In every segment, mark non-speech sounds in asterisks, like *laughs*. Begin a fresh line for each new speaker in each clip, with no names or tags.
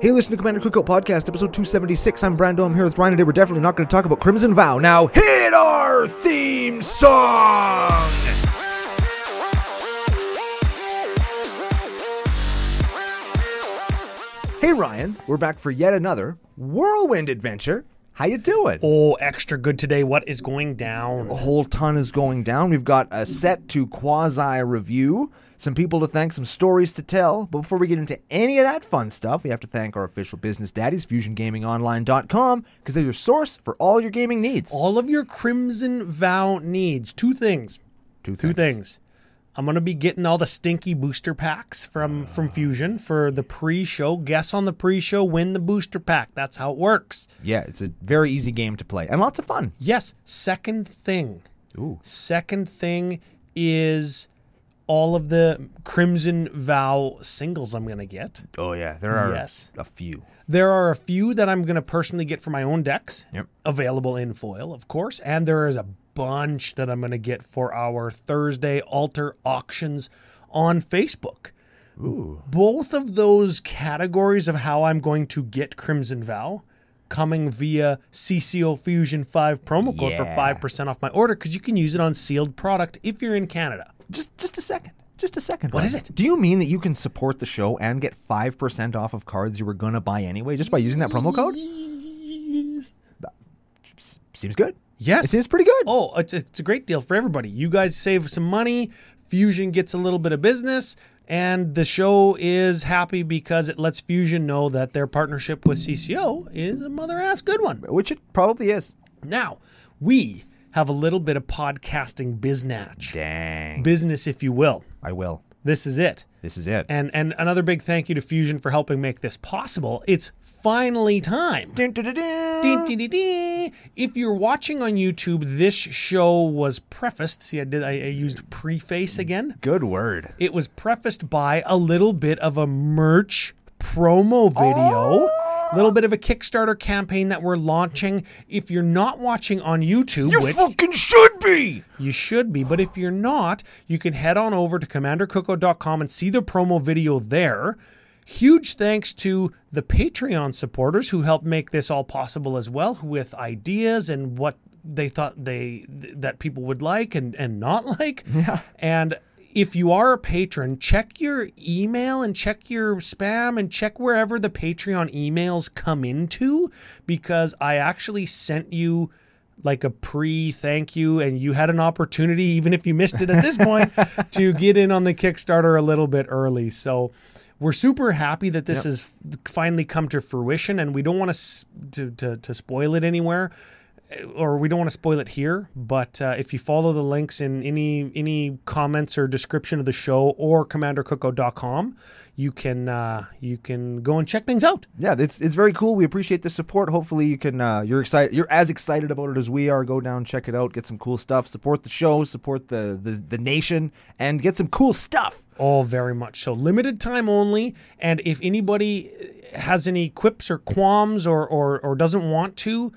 Hey, listen to Commander Cookout Podcast, episode 276. I'm Brando. I'm here with Ryan today. We're definitely not going to talk about Crimson Vow. Now, hit our theme song! Hey, Ryan. We're back for yet another whirlwind adventure. How you doing?
Oh, extra good today. What is going down?
a whole ton is going down. We've got a set to quasi review, some people to thank, some stories to tell. But before we get into any of that fun stuff, we have to thank our official business daddies, FusionGamingOnline.com, because they're your source for all your gaming needs.
All of your Crimson Vow needs. Two things.
Two
Two things. I'm gonna be getting all the stinky booster packs from from Fusion for the pre-show. Guess on the pre-show, win the booster pack. That's how it works.
Yeah, it's a very easy game to play and lots of fun.
Yes. Second thing.
Ooh.
Second thing is all of the Crimson Vow singles I'm gonna get.
Oh, yeah, there are
Yes.
a few.
There are a few that I'm going to personally get for my own decks,
Yep.
available in foil, of course, and there is a bunch that I'm going to get for our Thursday altar auctions on Facebook. Both of those categories of how I'm going to get Crimson Vow coming via CCO Fusion 5 promo code
Yeah.
for 5% off my order because you can use it on sealed product if you're in Canada.
Just, just a second. Just a second.
What
Ryan.
is it?
Do you mean that you can support the show and get 5% off of cards you were going to buy anyway just by using that promo code? S- Seems good.
Yes.
It seems pretty good.
Oh, it's a, it's a great deal for everybody. You guys save some money, Fusion gets a little bit of business, and the show is happy because it lets Fusion know that their partnership with CCO is a mother ass good one.
Which it probably is.
Now, we have a little bit of podcasting biznatch,
Dang.
business, if you will.
I will.
This is it.
This is it.
And, and another big thank you to Fusion for helping make this possible. It's finally time.
Dun, dun, dun, dun.
Ding, ding, ding, ding. If you're watching on YouTube, this show was prefaced. See, I did. I, I used preface again.
Good word.
It was prefaced by a little bit of a merch promo video. A little bit of a Kickstarter campaign that we're launching. If you're not watching on YouTube, which
fucking should be.
you should be, but if you're not, you can head on over to commandercoco.com and see the promo video there. Huge thanks to the Patreon supporters who helped make this all possible as well with ideas and what they thought they th- that people would like and and not *laughs* like. Yeah. And if you are a patron, check your email and check your spam and check wherever the Patreon emails come into because I actually sent you like a pre thank you and you had an opportunity even if you missed it at this point to get in on the kickstarter a little bit early so we're super happy that this has finally come to fruition and we don't want to to to, to spoil it anywhere eh, or we don't want to spoil it here but uh, if you follow the links in any any comments or description of the show or commandercoco.com you can uh, you can go and check things out
Yeah, it's it's very cool. We appreciate the support. Hopefully, you can uh, you're excited. You're as excited about it as we are. Go down, check it out, get some cool stuff. Support the show, support the the, the nation, and get some cool stuff.
Oh, very much so. Limited time only. And if anybody has any quips or qualms or, or, or doesn't want to,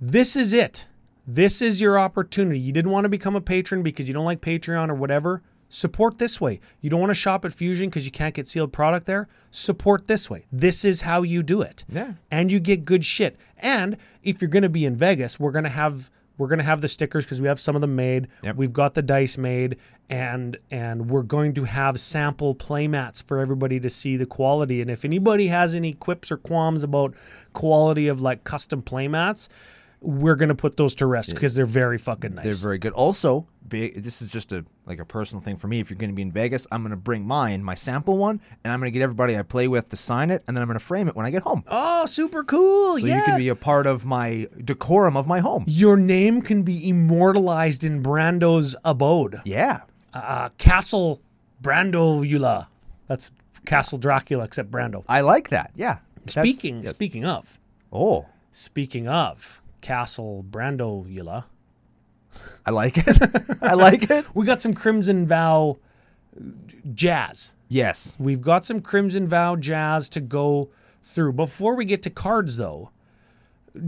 this is it. This is your opportunity. You didn't want to become a patron because you don't like Patreon or whatever. Support this way. You don't want to shop at Fusion because you can't get sealed product there. Support this way. This is how you do it.
Yeah.
And you get good shit. And if you're going to be in Vegas, we're going to have we're going to have the stickers because we have some of them made.
Yep.
We've got the dice made and and we're going to have sample playmats for everybody to see the quality. And if anybody has any quips or qualms about quality of like custom playmats, we're going to put those to rest because they're very fucking nice.
They're very good. Also, be, this is just a like a personal thing for me. If you're going to be in Vegas, I'm going to bring mine, my sample one, and I'm going to get everybody I play with to sign it, and then I'm going to frame it when I get home.
oh, super cool.
so
yeah.
you can be a part of my decorum of my home.
your name can be immortalized in Brando's abode.
Yeah.
Uh, Castle Brandolula. That's Castle Dracula except Brando.
I like that. Yeah. That's-
Speaking
yes.
speaking of,
Oh,
Speaking of Castle Brandolula,
I like it. *laughs* I like it.
we got some Crimson Vow jazz.
Yes.
We've got some Crimson Vow jazz to go through. Before we get to cards, though,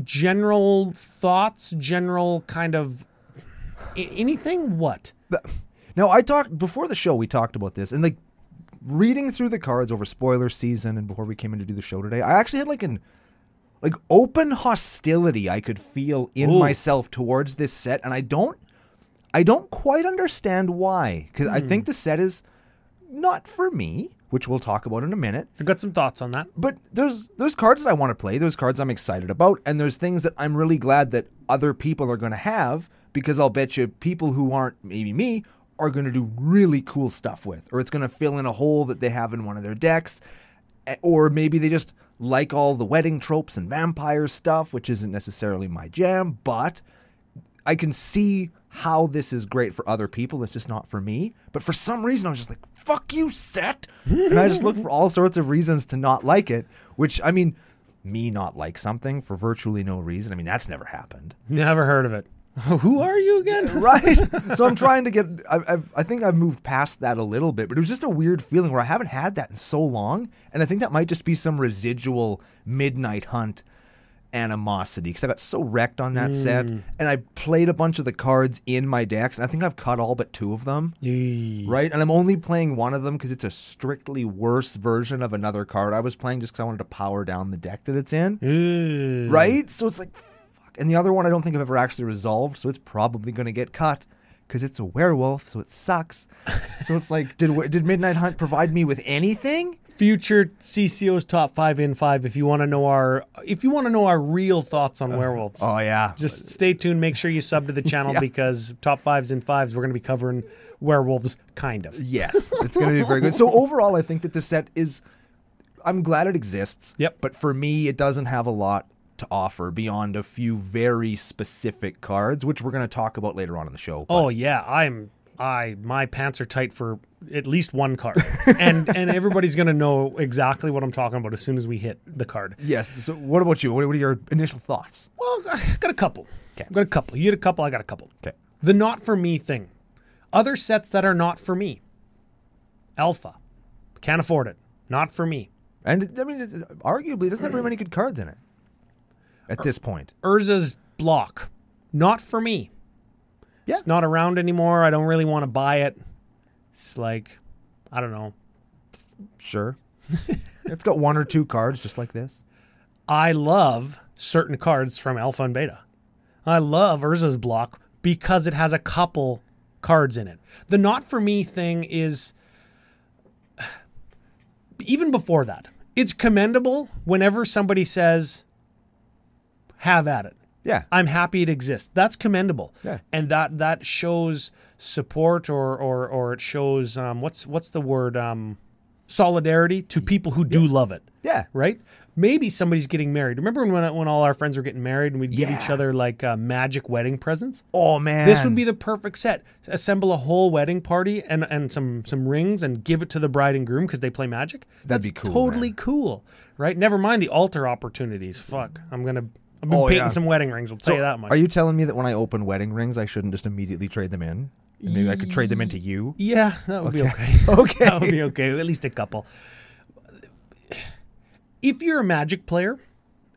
general thoughts, general kind of I- anything. What?
Now I talked before the show. We talked about this, and like reading through the cards over spoiler season and before we came in to do the show today, I actually had like an like open hostility I could feel in
Ooh.
myself towards this set, and I don't I don't quite understand why because I think the set is not for me, which we'll talk about in a minute
I've got some thoughts on that.
but there's there's cards that I want to play, there's cards I'm excited about, and there's things that I'm really glad that other people are going to have because I'll bet you people who aren't maybe me are going to do really cool stuff with, or it's going to fill in a hole that they have in one of their decks, eh, or maybe they just like all the wedding tropes and vampire stuff, which isn't necessarily my jam, but I can see how this is great for other people. It's just not for me. But for some reason, I was just like, fuck you, set. and I just looked for all sorts of reasons to not like it, which, I mean, me not like something for virtually no reason. I mean, that's never happened.
Never heard of it. *laughs* Who are you again?
Right. so I'm trying to get, I, I've, I think I've moved past that a little bit, but it was just a weird feeling where I haven't had that in so long. And I think that might just be some residual midnight hunt animosity because I got so wrecked on that set. And I played a bunch of the cards in my decks, and I think I've cut all but two of them.
Yee.
Right? And I'm only playing one of them because it's a strictly worse version of another card I was playing just because I wanted to power down the deck that it's in
Ooh.
right? So it's like, fuck. And the other one I don't think I've ever actually resolved, so it's probably going to get cut because it's a werewolf, so it sucks. so it's like, did we- did Midnight Hunt provide me with anything?
Future CCO's top five in five. If you want to know our, if you want to know our real thoughts on werewolves,
Oh yeah,
just stay tuned. Make sure you sub to the
*laughs*
channel
Yeah.
because top fives in fives. We're going to be covering werewolves, kind of.
yes, it's going to be very good. So overall, I think that this set is. I'm glad it exists.
Yep.
But for me, it doesn't have a lot to offer beyond a few very specific cards, which we're going to talk about later on in the show. but-
Oh yeah, I'm I my pants are tight for at least
*laughs*
one card. and and everybody's going to know exactly what I'm talking about as soon as we hit the card.
Yes. So what about you? What what are your initial thoughts?
Well, I got a couple. Okay. Got a couple. You had a couple, I got a couple.
Okay.
The not for me thing. Other sets that are not for me. Alpha. Can't afford it. Not for me.
And I mean, it- it- arguably, it doesn't have very many good cards in it at this point.
Urza's block. Not for me.
Yeah.
It's not around anymore. I don't really want to buy it. It's like I don't know.
Sure, *laughs* it's got one or two cards just like this.
I love certain cards from Alpha and Beta. I love Urza's block because it has a couple cards in it. The not for me thing is *sighs* even before that. It's commendable whenever somebody says have at it.
Yeah,
I'm happy it exists. That's commendable.
Yeah.
And that that shows support or or or it shows um, what's what's the word um, solidarity to people who do love it
yeah,
right? Maybe somebody's getting married. Remember when when all our friends were getting married and we'd
Yeah.
give each other like uh, magic wedding presents?
Oh man,
This would be the perfect set. Assemble a whole wedding party and and some some rings and give it to the bride and groom because they play magic.
That'd
That's
be cool,
Totally cool, right? Never mind the altar opportunities. Fuck, I'm gonna. I've been
Oh,
painting
yeah.
some wedding rings. I'll tell you that much.
Are you telling me that when I open wedding rings, I shouldn't just immediately trade them in? And maybe I could trade them into you.
Yeah, that would be *laughs* okay. *laughs*
Okay.
that would be okay. At least a couple. If you're a Magic player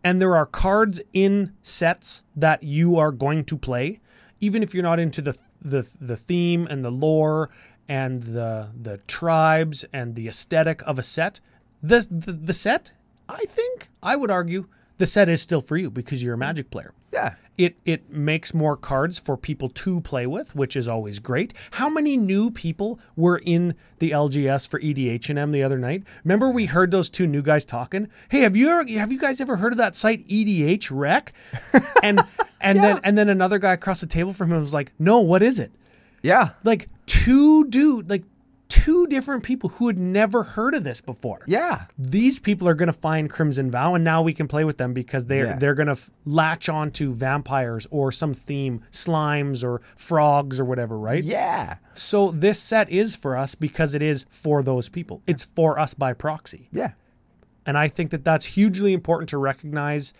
and there are cards in sets that you are going to play, even if you're not into the the the theme and the lore and the the tribes and the aesthetic of a set, the the, the set, I think I would argue the set is still for you because you're a Magic player.
Yeah,
It it makes more cards for people to play with, which is always great. How many new people were in the LGS for EDH and M the other night? Remember we heard those two new guys talking. Hey, have you ever, have you guys ever heard of that site EDH Rec? And and then and then another guy across the table from him was like, "No, what is it?"
yeah,
Like two dude, like two different people who had never heard of this before
yeah.
these people are going to find Crimson Vow, and now we can play with them because they're
Yeah.
they're going to f- latch on to vampires or some theme, slimes or frogs or whatever, right?
Yeah,
So this set is for us because it is for those people. It's for us by proxy,
yeah,
and I think that that's hugely important to recognize.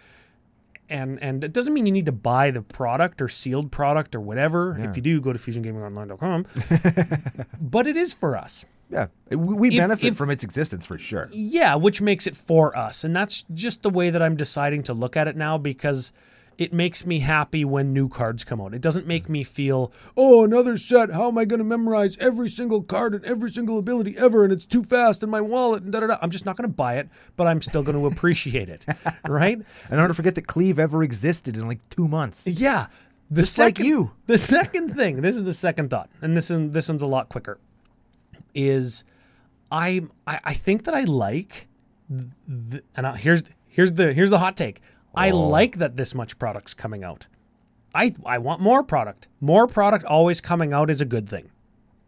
And and it doesn't mean you need to buy the product or sealed product or whatever. If you do, go to
*laughs*
fusiongamingonline.com. but it is for us.
yeah. We, we
If-
benefit
if-
from its existence for sure.
Yeah, which makes it for us. And that's just the way that I'm deciding to look at it now because it makes me happy when new cards come out. It doesn't make me feel, oh, another set. How am I going to memorize every single card and every single ability ever? And it's too fast in my wallet and da da da. I'm just not going to buy it, but I'm still going to appreciate it. *laughs* Right?
And don't forget that Cleve ever existed in like two months.
Yeah. The
like
second,
you.
The second thing, this is the second thought, and this one, this one's a lot quicker, is I I, I think that I like, th- and I, here's here's the here's the hot take. I like that this much product's coming out. I I want more product. More product always coming out is a good thing.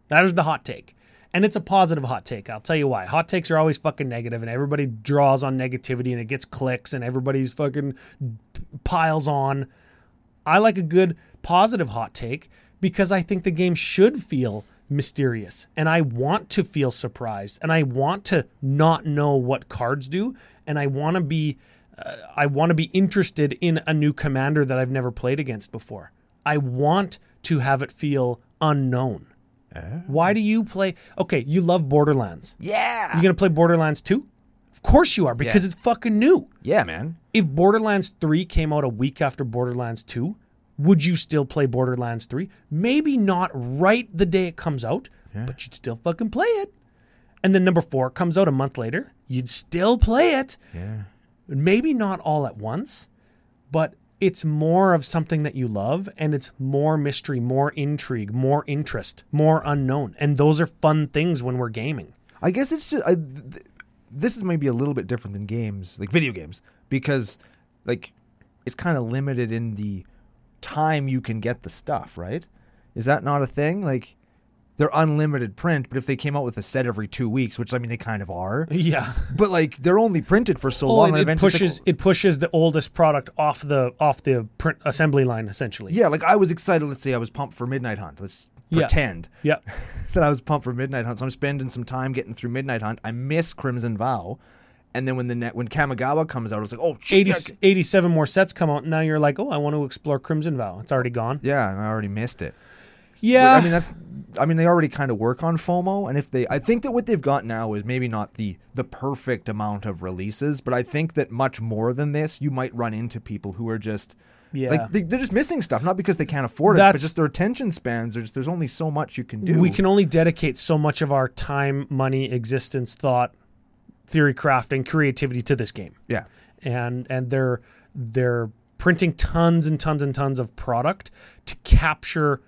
That is the hot take. And it's a positive hot take. I'll tell you why. Hot takes are always fucking negative, and everybody draws on negativity and it gets clicks and everybody's fucking piles on. I like a good positive hot take because I think the game should feel mysterious and I want to feel surprised and I want to not know what cards do and I want to be uh, I want to be interested in a new commander that I've never played against before. I want to have it feel unknown. Why do you play Okay, you love Borderlands.
Yeah.
You going to play Borderlands 2? Of course you are because
Yeah.
it's fucking new
yeah, man.
if Borderlands 3 came out a week after Borderlands 2, would you still play Borderlands 3? Maybe not right the day it comes out, but you'd still fucking play it. And then number 4 comes out a month later, you'd still play it.
Yeah.
Maybe not all at once, but it's more of something that you love and it's more mystery, more intrigue, more interest, more unknown. And those are fun things when we're gaming.
I guess it's just I, th- this is maybe a little bit different than games, like video games, because like it's kind of limited in the time you can get the stuff, right? Is that not a thing? Like they're unlimited print, but if they came out with a set every 2 weeks, which I mean they kind of are,
Yeah.
but like they're only printed for so long
Well,
and
Oh, it, it
eventually they-
pushes it pushes the oldest product off the off the print assembly line essentially.
Yeah, like I was excited, let's say I was pumped for Midnight Hunt. Let's
Yeah.
pretend.
Yeah.
*laughs* that I was pumped for Midnight Hunt. So I'm spending some time getting through Midnight Hunt. I miss Crimson Vow, and then when the net when Kamigawa comes out, it's like, oh, shit,
80,
yeah,
87 more sets come out and now you're like, "Oh, I want to explore Crimson Vow." It's already gone.
yeah, and I already missed it.
Yeah.
I mean, that's. I mean, they already kind of work on FOMO, and if they, I think that what they've got now is maybe not the the perfect amount of releases, but I think that much more than this, you might run into people who are just.
Yeah.
Like they, they're just missing stuff, not because they can't afford it, but
That's-
just their attention spans. There's there's only so much you can do.
we can only dedicate so much of our time, money, existence, thought, theory crafting, creativity to this game.
yeah,
and and they're they're printing tons and tons and tons of product to capture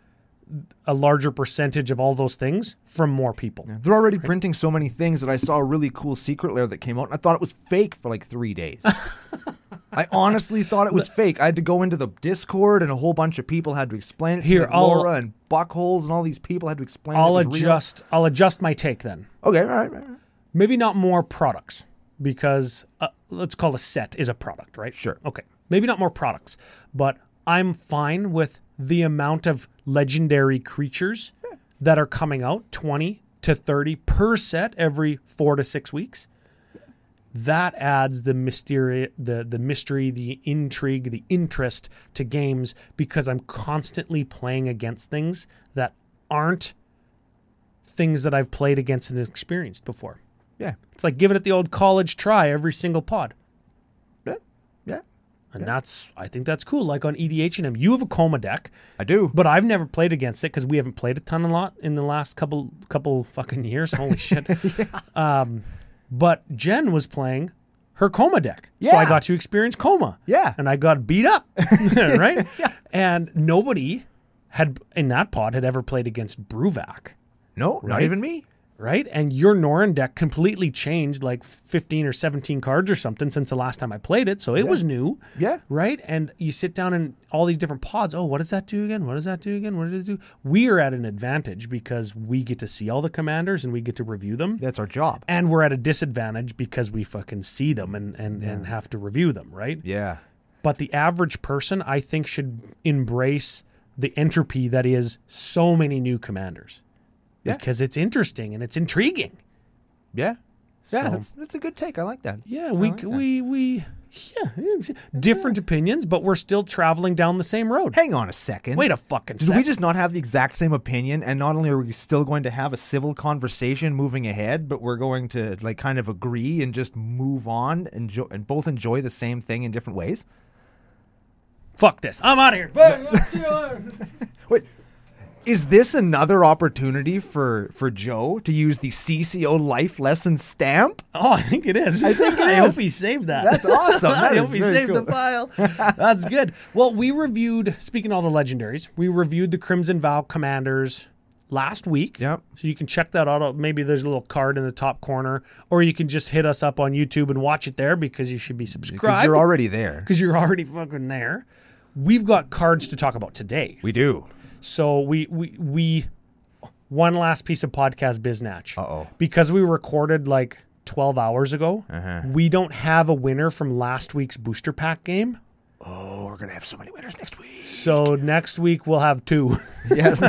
a larger percentage of all those things from more people.
They're already printing so many things that I saw a really cool secret layer that came out, and I thought it was fake for like three days.
*laughs*
I honestly thought it was fake. I had to go into the Discord, and a whole bunch of people had to explain it. to
Here,
like
I'll-
Laura and Buckholes, and all these people had to explain.
I'll
it was real.
adjust I'll adjust my take then.
Okay, all right, all right.
Maybe not more products because uh, let's call a set is a product, right?
Sure.
Okay. Maybe not more products, but I'm fine with the amount of legendary creatures that are coming out 20 to 30 per set every 4 to 6 weeks. that adds the mystery the the mystery the intrigue the interest to games because i'm constantly playing against things that aren't things that i've played against and experienced before
yeah,
it's like giving it the old college try every single pod
yeah, yeah.
and that's i think that's cool like on edh and m you have a coma deck
I do.
but I've never played against it because we haven't played a ton a lot in the last couple couple fucking years.
*laughs*
Holy shit! um, but Jen was playing her coma deck, so I
Yeah.
got to experience coma.
Yeah.
and I got
*laughs*
beat up, *laughs* right? And nobody had in that pod had ever played against Bruvac,
no, not
Right?
even me.
right? And your Norin deck completely changed like fifteen or seventeen cards or something since the last time I played it, so it was new
Yeah,
right? And you sit down in all these different pods. Oh, what does that do again? What does that do again? What does it do? We are at an advantage because we get to see all the commanders and we get to review them.
that's our job.
And we're at a disadvantage because we fucking see them and, and, and have to review them, right?
Yeah,
But the average person, I think, should embrace the entropy that is so many new commanders
Yeah.
because it's interesting and it's intriguing.
yeah,
So-
yeah. That's that's a good take. I like that.
Yeah, we
like that.
we we yeah, different opinions, but we're still traveling down the same road.
Hang on a second.
Wait a fucking
Did
second.
we just not have the exact same opinion? And not only are we still going to have a civil conversation moving ahead, but we're going to like kind of agree and just move on and jo- and both enjoy the same thing in different ways.
Fuck this. I'm out of here. Fuck, see you later.
Wait, is this another opportunity for for Joe to use the CCO life lesson stamp?
Oh, I think it is. I *laughs*
think it is.
hope he saved that. *laughs*
That's awesome. That
I hope
is
he
very
saved
cool.
the file.
*laughs*
That's good. Well, we reviewed, speaking of all the legendaries, we reviewed the Crimson Vow Commanders last week.
Yep.
So you can check that out. Maybe there's a little card in the top corner, or you can just hit us up on YouTube and watch it there because you should be
Because
subscribed.
you're already
*laughs*
there.
'cause you're already fucking there. We've got cards to talk about today.
We do.
So we we we one last piece of podcast biznatch.
Uh-oh.
Because we recorded like 12 hours ago,
Uh-huh.
we don't have a winner from last week's booster pack game.
Oh, we're gonna have so many winners next week.
So next week we'll have two. *laughs*
Yes.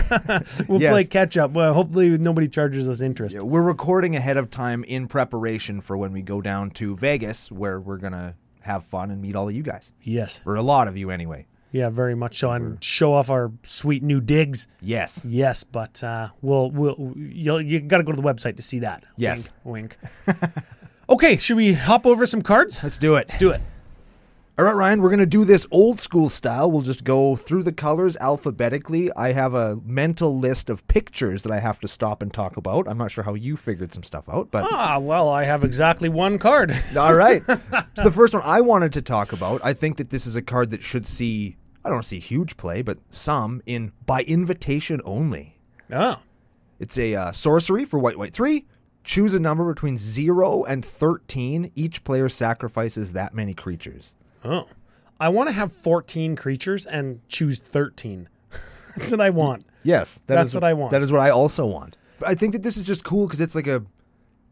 we'll
Yes.
play catch up. Well, hopefully nobody charges us interest.
We're recording ahead of time in preparation for when we go down to Vegas, where we're gonna have fun and meet all of you guys,
Yes.
or a lot of you anyway.
Yeah, very much so and show off our sweet new digs.
Yes.
Yes, but uh, we'll we'll you'll, you got to go to the website to see that.
Yes.
Wink. wink. *laughs* okay, should we hop over some cards? Let's
Let's do it.
do it.
All right, Ryan, we're going to do this old school style. We'll just go through the colors alphabetically. I have a mental list of pictures that I have to stop and talk about. I'm not sure how you figured some stuff out,
*laughs*
but
Ah, well, I have exactly one card. *laughs*
all right. So the first one I wanted to talk about, I think that this is a card that should see I don't see huge play, but some in by invitation only.
Oh,
It's a uh, sorcery for white white 3. Choose a number between 0 and 13. Each player sacrifices that many creatures.
oh. I want to have 14 creatures and choose 13. *laughs* That's what I want.
Yes, that
That's
is-
what I want.
That is what I also want. But I think that this is just cool because it's like a,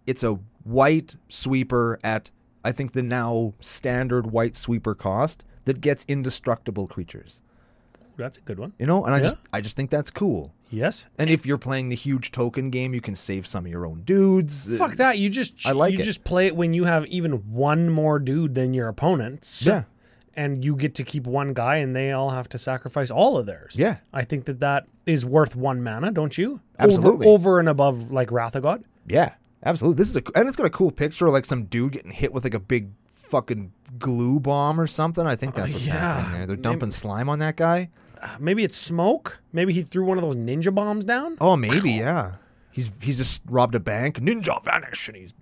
it's a white sweeper at I think the now standard white sweeper cost that gets indestructible creatures.
That's a good one.
You know, and I
Yeah.
just I just think that's cool.
Yes.
And if you're playing the huge token game, you can save some of your own dudes.
Fuck that. You just
I like
you
it.
just play it when you have even one more dude than your opponents.
Yeah.
And you get to keep one guy and they all have to sacrifice all of theirs.
Yeah.
I think that that is worth one mana, don't you?
Absolutely.
Over, over and above like Wrath of God.
Yeah, absolutely. This is a and it's got a cool picture of like some dude getting hit with like a big fucking glue bomb or something. I think that's what's
Oh, yeah.
happening there. They're
Maybe-
dumping slime on that guy.
Uh, Maybe it's smoke. Maybe he threw one of those ninja bombs down.
Oh, maybe yeah. He's he's just robbed a bank, ninja vanish, and he's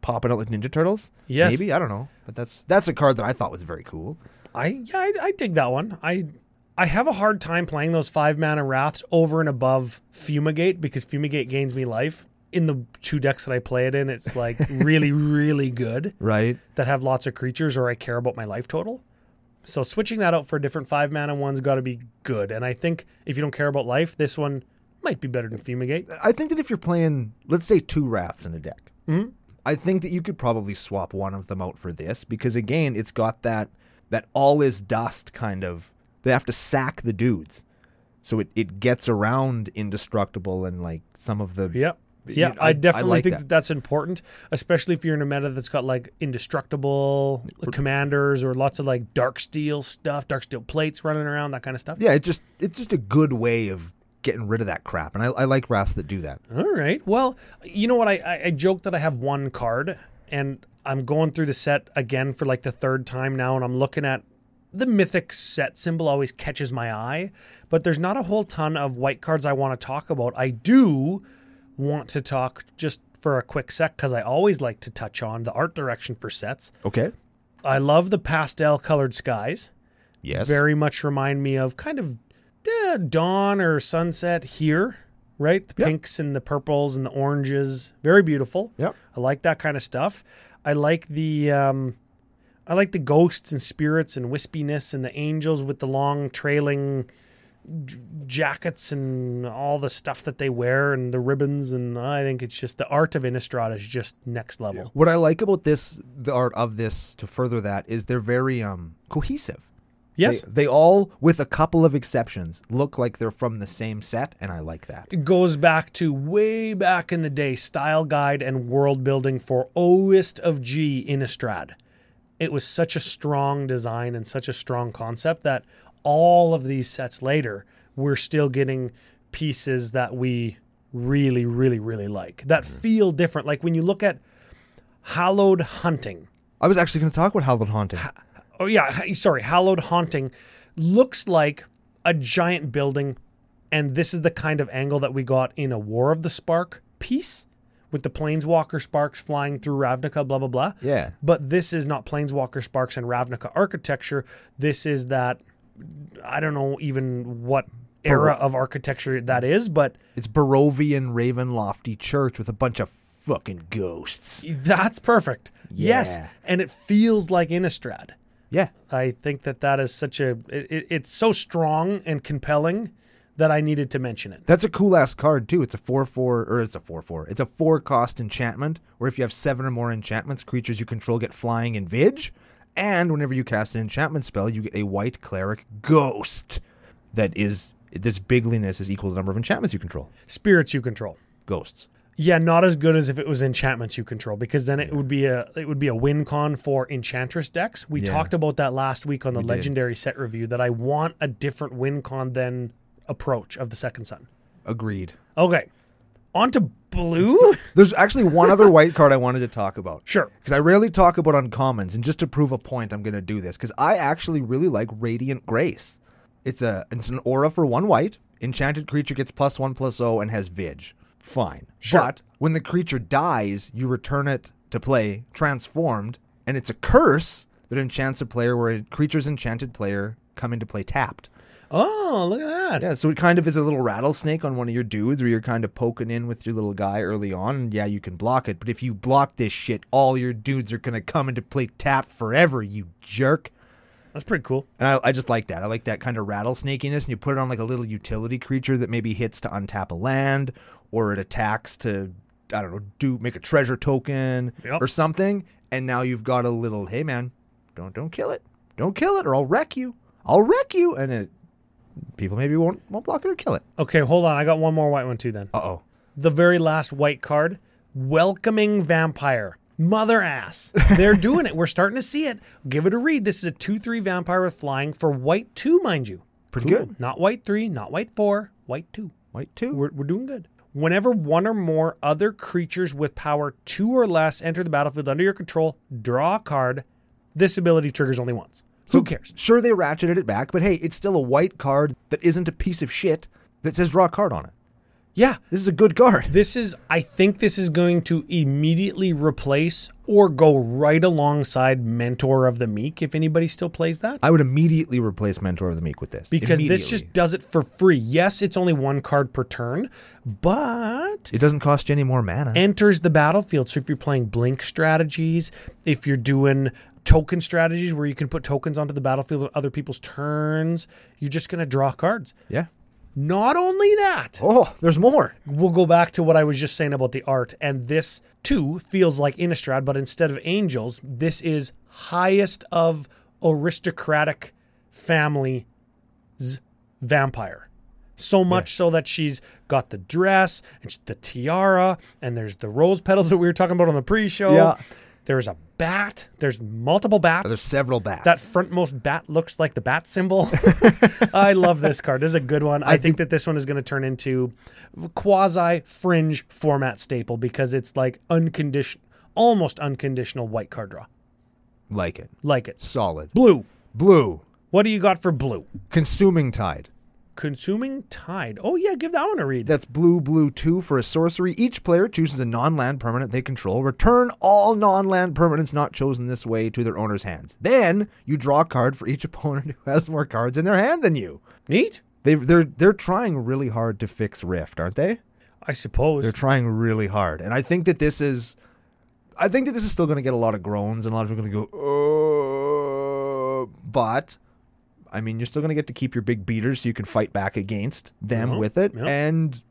popping out like Ninja Turtles.
Yes.
maybe I don't know, but that's that's a card that I thought was very cool.
I yeah, I, I dig that one. I I have a hard time playing those five mana wraths over and above Fumigate because Fumigate gains me life. In the two decks that I play it in,
*laughs*
it's like really, really good
Right?
that have lots of creatures or I care about my life total. So switching that out for a different five mana one's gotta be good. And I think if you don't care about life, this one might be better than Fumigate.
I think that if you're playing, let's say, two Wraths in a deck,
Mm-hmm.
I think that you could probably swap one of them out for this because again, it's got that that all is dust kind of. They have to sack the dudes, so it it gets around indestructible and like some of the
Yep. Yeah,
You- I-
I,
I
definitely
like
think
that.
that. that's important, especially if you're in a meta that's got like indestructible commanders or lots of like dark steel stuff, dark steel plates running around, that kind of stuff.
yeah. It just it's just a good way of getting rid of that crap, and I, I like Wraths that do that.
All right. Well, you know what? I, I, I joke that I have one card, and I'm going through the set again for like the third time now, and I'm looking at the mythic set symbol always catches my eye, but there's not a whole ton of white cards I want to talk about. I do want to talk just for a quick sec because I always like to touch on the art direction for sets.
Okay.
I love the pastel colored skies
Yes.
very much remind me of kind of eh, dawn or sunset here, right? The
Yep.
pinks and the purples and the oranges, very beautiful.
Yep.
I like that kind of stuff. I like the um, I like the ghosts and spirits and wispiness and the angels with the long trailing j- jackets and all the stuff that they wear and the ribbons and I think it's just the art of Innistrad is just next level.
What I like about this, the art of this, to further that, is they're very um, cohesive.
Yes.
They, they all, with a couple of exceptions, look like they're from the same set, and I like that.
It goes back to way back in the day style guide and world building for Oist of G Innistrad. It was such a strong design and such a strong concept that all of these sets later, we're still getting pieces that we really, really, really like that feel different. Like when you look at Hallowed Hunting,
I was actually going to talk about Hallowed Haunting.
oh yeah, h- sorry, Hallowed Haunting. looks like a giant building. And this is the kind of angle that we got in a War of the Spark piece with the Planeswalker sparks flying through Ravnica, blah, blah, blah.
Yeah.
But this is not Planeswalker sparks and Ravnica architecture. This is that, I don't know even what era of architecture that is, but
It's Barovian Ravenlofty Church with a bunch of fucking ghosts.
that's perfect. Yes.
Yeah.
And it feels like Innistrad.
Yeah.
I think that that is such a it, it- it's so strong and compelling that I needed to mention it.
That's a cool ass card too. It's a four four or it's a four four. It's a four cost enchantment where if you have seven or more enchantments, creatures you control get flying and vig. And whenever you cast an enchantment spell, you get a white cleric ghost that is this bigliness is equal to the number of enchantments you control.
Spirits you control.
Ghosts.
Yeah, not as good as if it was enchantments you control because then it would be a it would be a win con for enchantress decks. We talked about that last week on the legendary set review that I want a different win con than approach of the second sun.
Agreed.
Okay. On to blue?
There's actually one other white card I wanted to talk about.
*laughs* Sure.
Because I rarely talk about uncommons, and just to prove a point, I'm going to do this because I actually really like Radiant Grace. It's a it's an aura for one white. Enchanted creature gets plus one plus O and has Vig. Fine.
Sure.
But when the creature dies, you return it to play transformed, and it's a curse that enchants a player where a creature's enchanted player come into play tapped.
Oh, look at that.
Yeah, so it kind of is a little rattlesnake on one of your dudes where you're kind of poking in with your little guy early on. And yeah, you can block it, but if you block this shit, all your dudes are going to come into play tap forever, you jerk.
That's pretty cool.
And I, I just like that. I like that kind of rattlesnakiness. And you put it on like a little utility creature that maybe hits to untap a land or it attacks to, I don't know, do make a treasure token
Yep.
or something. And now you've got a little, hey man, don't don't kill it. Don't kill it or I'll wreck you. I'll wreck you. And it, people maybe won't, won't block it or kill it.
Okay, hold on. I got one more white one too then.
Uh oh.
the very last white card, welcoming vampire. Mother ass. They're doing it. We're starting to see it. Give it a read. This is a 2 3 vampire with flying for white 2, mind you.
Pretty good.
Not white 3, not white 4, white 2.
White two.
We're, we're doing good. Whenever one or more other creatures with power 2 or less enter the battlefield under your control, draw a card. This ability triggers only once. Who cares?
Sure, they ratcheted it back, but hey, it's still a white card that isn't a piece of shit that says draw a card on it.
Yeah.
This is a good card. *laughs*
This is, I think this is going to immediately replace or go right alongside Mentor of the Meek if anybody still plays that.
I would immediately replace Mentor of the Meek with this.
because this
Immediately.
just does it for free. Yes, it's only one card per turn, but
It doesn't cost you any more mana.
enters the battlefield. So if you're playing blink strategies, if you're doing token strategies where you can put tokens onto the battlefield on other people's turns, you're just going to draw cards.
yeah.
Not only that,
Oh, there's more.
we'll go back to what I was just saying about the art. And this too feels like Innistrad, but instead of angels, this is highest of aristocratic families vampire. So much so that she's got the dress and sh- the tiara, and there's the rose petals that we were talking about on the pre-show.
Yeah.
There's a bat. There's multiple bats.
There's several bats.
that frontmost bat looks like the bat symbol. *laughs* I love this card. This is a good one. I, think, that this one is going to turn into quasi fringe format staple because it's like unconditional, almost unconditional white card draw.
like it.
Like it.
Solid.
Blue.
Blue.
What do you got for blue?
Consuming Tide.
Consuming Tide. Oh yeah, give that one a read.
That's blue, blue two for a sorcery. Each player chooses a non land permanent they control. Return all non land permanents not chosen this way to their owner's hands. Then you draw a card for each *laughs* opponent who has more cards in their hand than you.
Neat.
They they're they're trying really hard to fix Rift, aren't they?
I suppose.
They're trying really hard, and I think that this is, I think that this is still going to get a lot of groans and a lot of people are going to go, uh, but. I mean, you're still going to get to keep your big beaters so you can fight back against them with it.
Mm-hmm. yeah.
And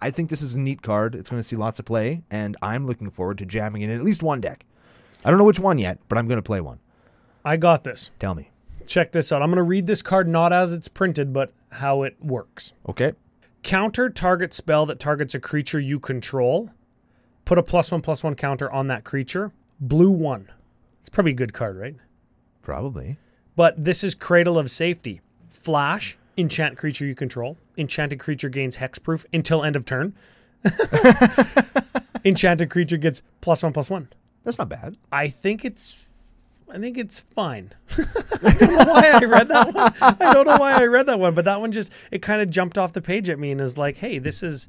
I think this is a neat card. It's going to see lots of play, and I'm looking forward to jamming it in at least one deck. I don't know which one yet, but I'm going to play one.
I got this.
Tell me.
Check this out. I'm going to read this card not as it's printed, but how it works.
Okay.
Counter target spell that targets a creature you control. Put a plus one plus one counter on that creature. Blue one. It's probably a good card, right?
Probably.
But this is Cradle of Safety. Flash, enchant creature you control. Enchanted creature gains hexproof until end of turn. *laughs* enchanted creature gets plus one plus one.
That's not bad.
I think it's I think it's fine. *laughs* I don't know why I read that one. I don't know why I read that one, but that one just it kind of jumped off the page at me and is like, "Hey, this is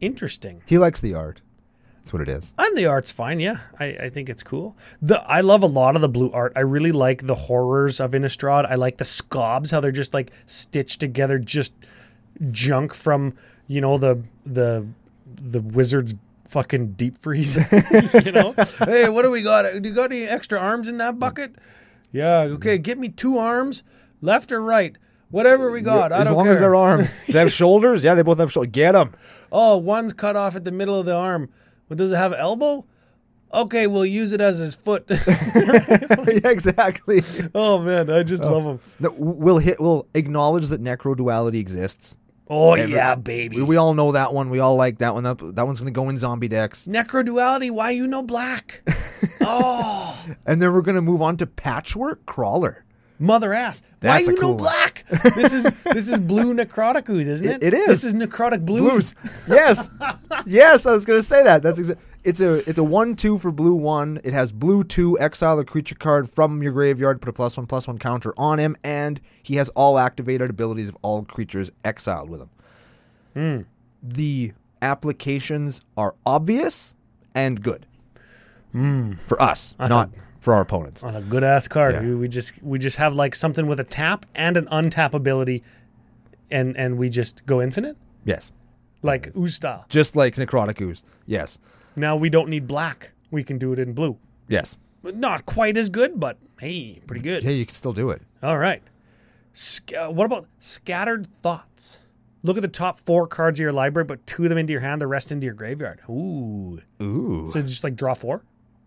interesting."
He likes the art. That's what it is.
And the art's fine, yeah. I, I think it's cool. The I love a lot of the blue art. I really like the horrors of Innistrad. I like the scobs, how they're just like stitched together, just junk from you know the the the wizard's fucking deep freeze. *laughs* you know, hey, what do we got? Do you got any extra arms in that bucket? Yeah, okay. Get me two arms, left or right, whatever we got. I
as
don't
long
care.
as they're
*laughs*
armed. they have shoulders? Yeah, they both have shoulders. Get them.
Oh, one's cut off at the middle of the arm. Well, does it have elbow? Okay, we'll use it as his foot.
*laughs*
*laughs*
yeah, exactly.
oh man, I just love him.
No, we'll hit. We'll acknowledge that necro duality exists.
Oh
Every-
yeah, baby.
We, we all know that one. We all like that one. That, that one's going to go in zombie decks.
Necro duality. Why you
*laughs*
no black? oh,
And then we're going to move on to patchwork crawler.
mother ass.
That's a
why you
cool one.
no
*laughs*
black? this is this is blue necroticus, isn't it?
It- it is.
This is necrotic blues.
Blues. yes. Yes, I was going to say that. That's exa- it's a it's a 1/2 for blue 1. It has blue 2 exile a creature card from your graveyard put a plus 1 plus 1 counter on him and he has all activated abilities of all creatures exiled with him. Hmm. The applications are obvious and good. For us, not for our opponents.
Oh, That's a good ass card.
Yeah.
We, we just we just have like something with a tap and an untap ability, and and we just go infinite
Yes.
like Usta.
Just like necrotic ooze. Yes.
Now we don't need black. We can do it in blue.
Yes.
But Not quite as good, but hey, pretty good.
Hey, you can still do it.
All right. Sc- uh, what about scattered thoughts? Look at the top four cards of your library, but two of them into your hand, the rest into your graveyard. Ooh.
Ooh.
So just like
*laughs*
draw four,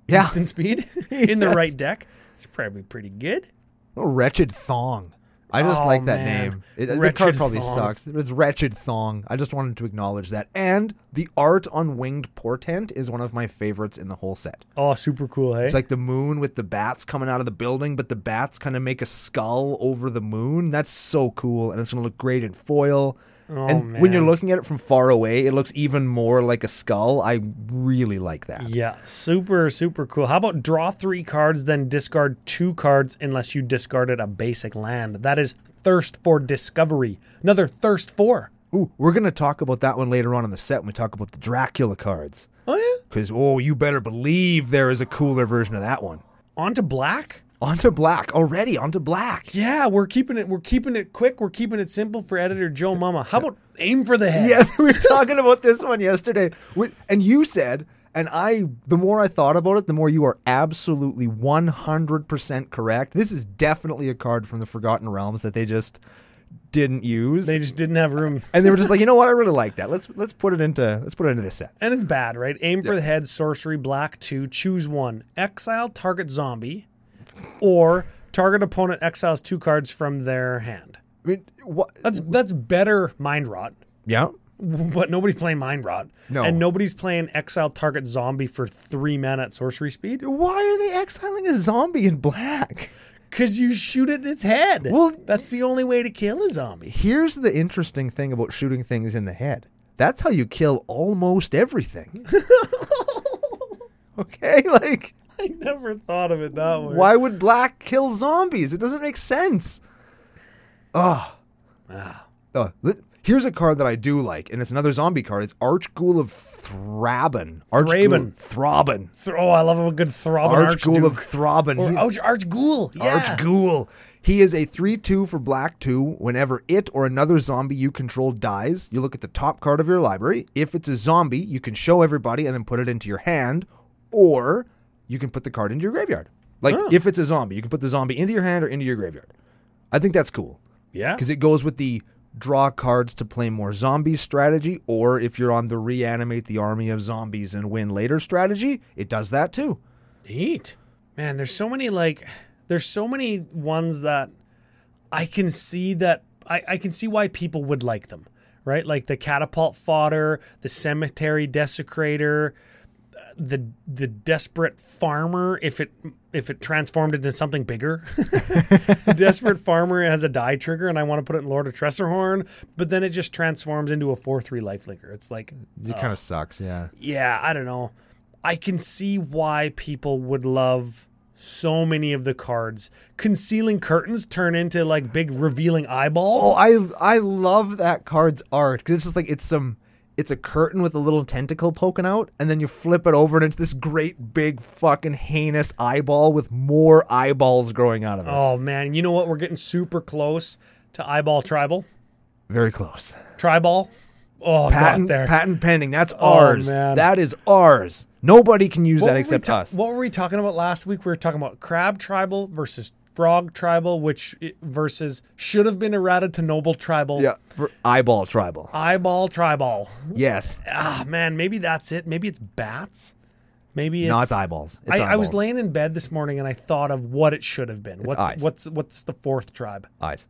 Yeah.
instant speed *laughs* in the right deck. It's probably pretty good.
Oh, Wretched Thong. I just
Oh,
like that
man.
name. It, the card
Wretched
probably
Thong.
sucks. but It's Wretched Thong. I just wanted to acknowledge that. And the art on Winged Portent is one of my favorites in the whole set.
Oh, super cool, hey?
It's like the moon with the bats coming out of the building, but the bats kind of make a skull over the moon. That's so cool, and it's going to look great in foil. and when you're
Oh, man.
looking at it from far away, it looks even more like a skull. I really like that.
yeah, super, super cool. How about draw three cards, then discard two cards unless you discarded a basic land? That is Thirst for Discovery. Another Thirst for.
Ooh, we're going to talk about that one later on in the set when we talk about the Dracula cards.
Oh, yeah.
Because, oh, you better believe there is a cooler version of that one.
On to black?
Onto black already, onto black. *laughs*
Yeah, we're keeping it. We're keeping it quick. We're keeping it simple for editor Joe Mama. How about aim for the head?
Yes, we were talking about this one yesterday. We- And you said, and I, the more I thought about it, the more you are absolutely 100% correct. This is definitely a card from the Forgotten Realms that they just didn't use.
They just didn't have room,
*laughs* and they were just like, you know what? I really like that. Let's let's put it into let's put it into this set.
and it's bad, right? Aim for the head. Sorcery black two. Choose one. Exile target zombie, or target opponent exiles two cards from their hand.
I mean, what?
That's that's better mind rot, *laughs*
Yeah,
but nobody's playing mind rot.
No.
and nobody's playing exile target zombie for three mana at sorcery speed
why are they exiling a zombie in black?
because you shoot it in its head.
Well-
that's the only way to kill a zombie.
here's the interesting thing about shooting things in the head. That's how you kill almost
*laughs*
everything. okay, like
I never thought of it that way.
why would black kill zombies? It doesn't make sense.
Ah.
Ugh. Uh, li- here's a card that I do like, and it's another zombie card. It's Archghoul of Thraben. Archghoul
Thraben.
Thraben.
Th- oh, I love a good throbbing
Archghoul of
Archduke.
Thraben.
Or
He-
Oh, Arch Archghoul. Yeah.
Archghoul. He is a 3 2 for black 2. Whenever it or another zombie you control dies, you look at the top card of your library. If it's a zombie, you can show everybody and then put it into your hand, or you can put the card into your graveyard. Like, if it's a zombie, you can put the zombie into your hand or into your graveyard. I think that's cool
Yeah.
because it goes with the draw cards to play more zombies strategy, or if you're on the reanimate the army of zombies and win later strategy, it does that too.
Neat. Man, there's so many like there's so many ones that I can see that I, I can see why people would like them. Right? Like the catapult fodder, the cemetery desecrator, the the desperate farmer if it if it transformed into something bigger. *laughs* desperate farmer has a die trigger and I want to put it in Lord of Tressorhorn, but then it just transforms into a 4-3 lifelinker. It's like
It kind of sucks, yeah.
yeah, I don't know. I can see why people would love so many of the cards. Concealing curtains turn into like big revealing eyeballs.
Oh, I I love that card's art because it's just like it's some it's a curtain with a little tentacle poking out, and then you flip it over and it's this great big fucking heinous eyeball with more eyeballs growing out of it.
Oh man, you know what? We're getting super close to eyeball tribal.
Very close.
Tribal. Oh,
Patent
got there. Oh,
patent pending. That's ours.
man.
That is ours. Nobody can use
What were
that
we
except
ta-
us.
What were we talking about last week? We were talking about crab tribal versus frog tribal, which i- versus should have been errated to noble tribal.
Yeah, for eyeball tribal.
Eyeball tribal.
Yes,
Ah, man, maybe that's it. Maybe it's bats. Maybe it's
not eyeballs. It's
I, I was
eyeballs.
laying in bed this morning and I thought of what it should have been. What,
eyes.
What's what's the fourth tribe?
eyes.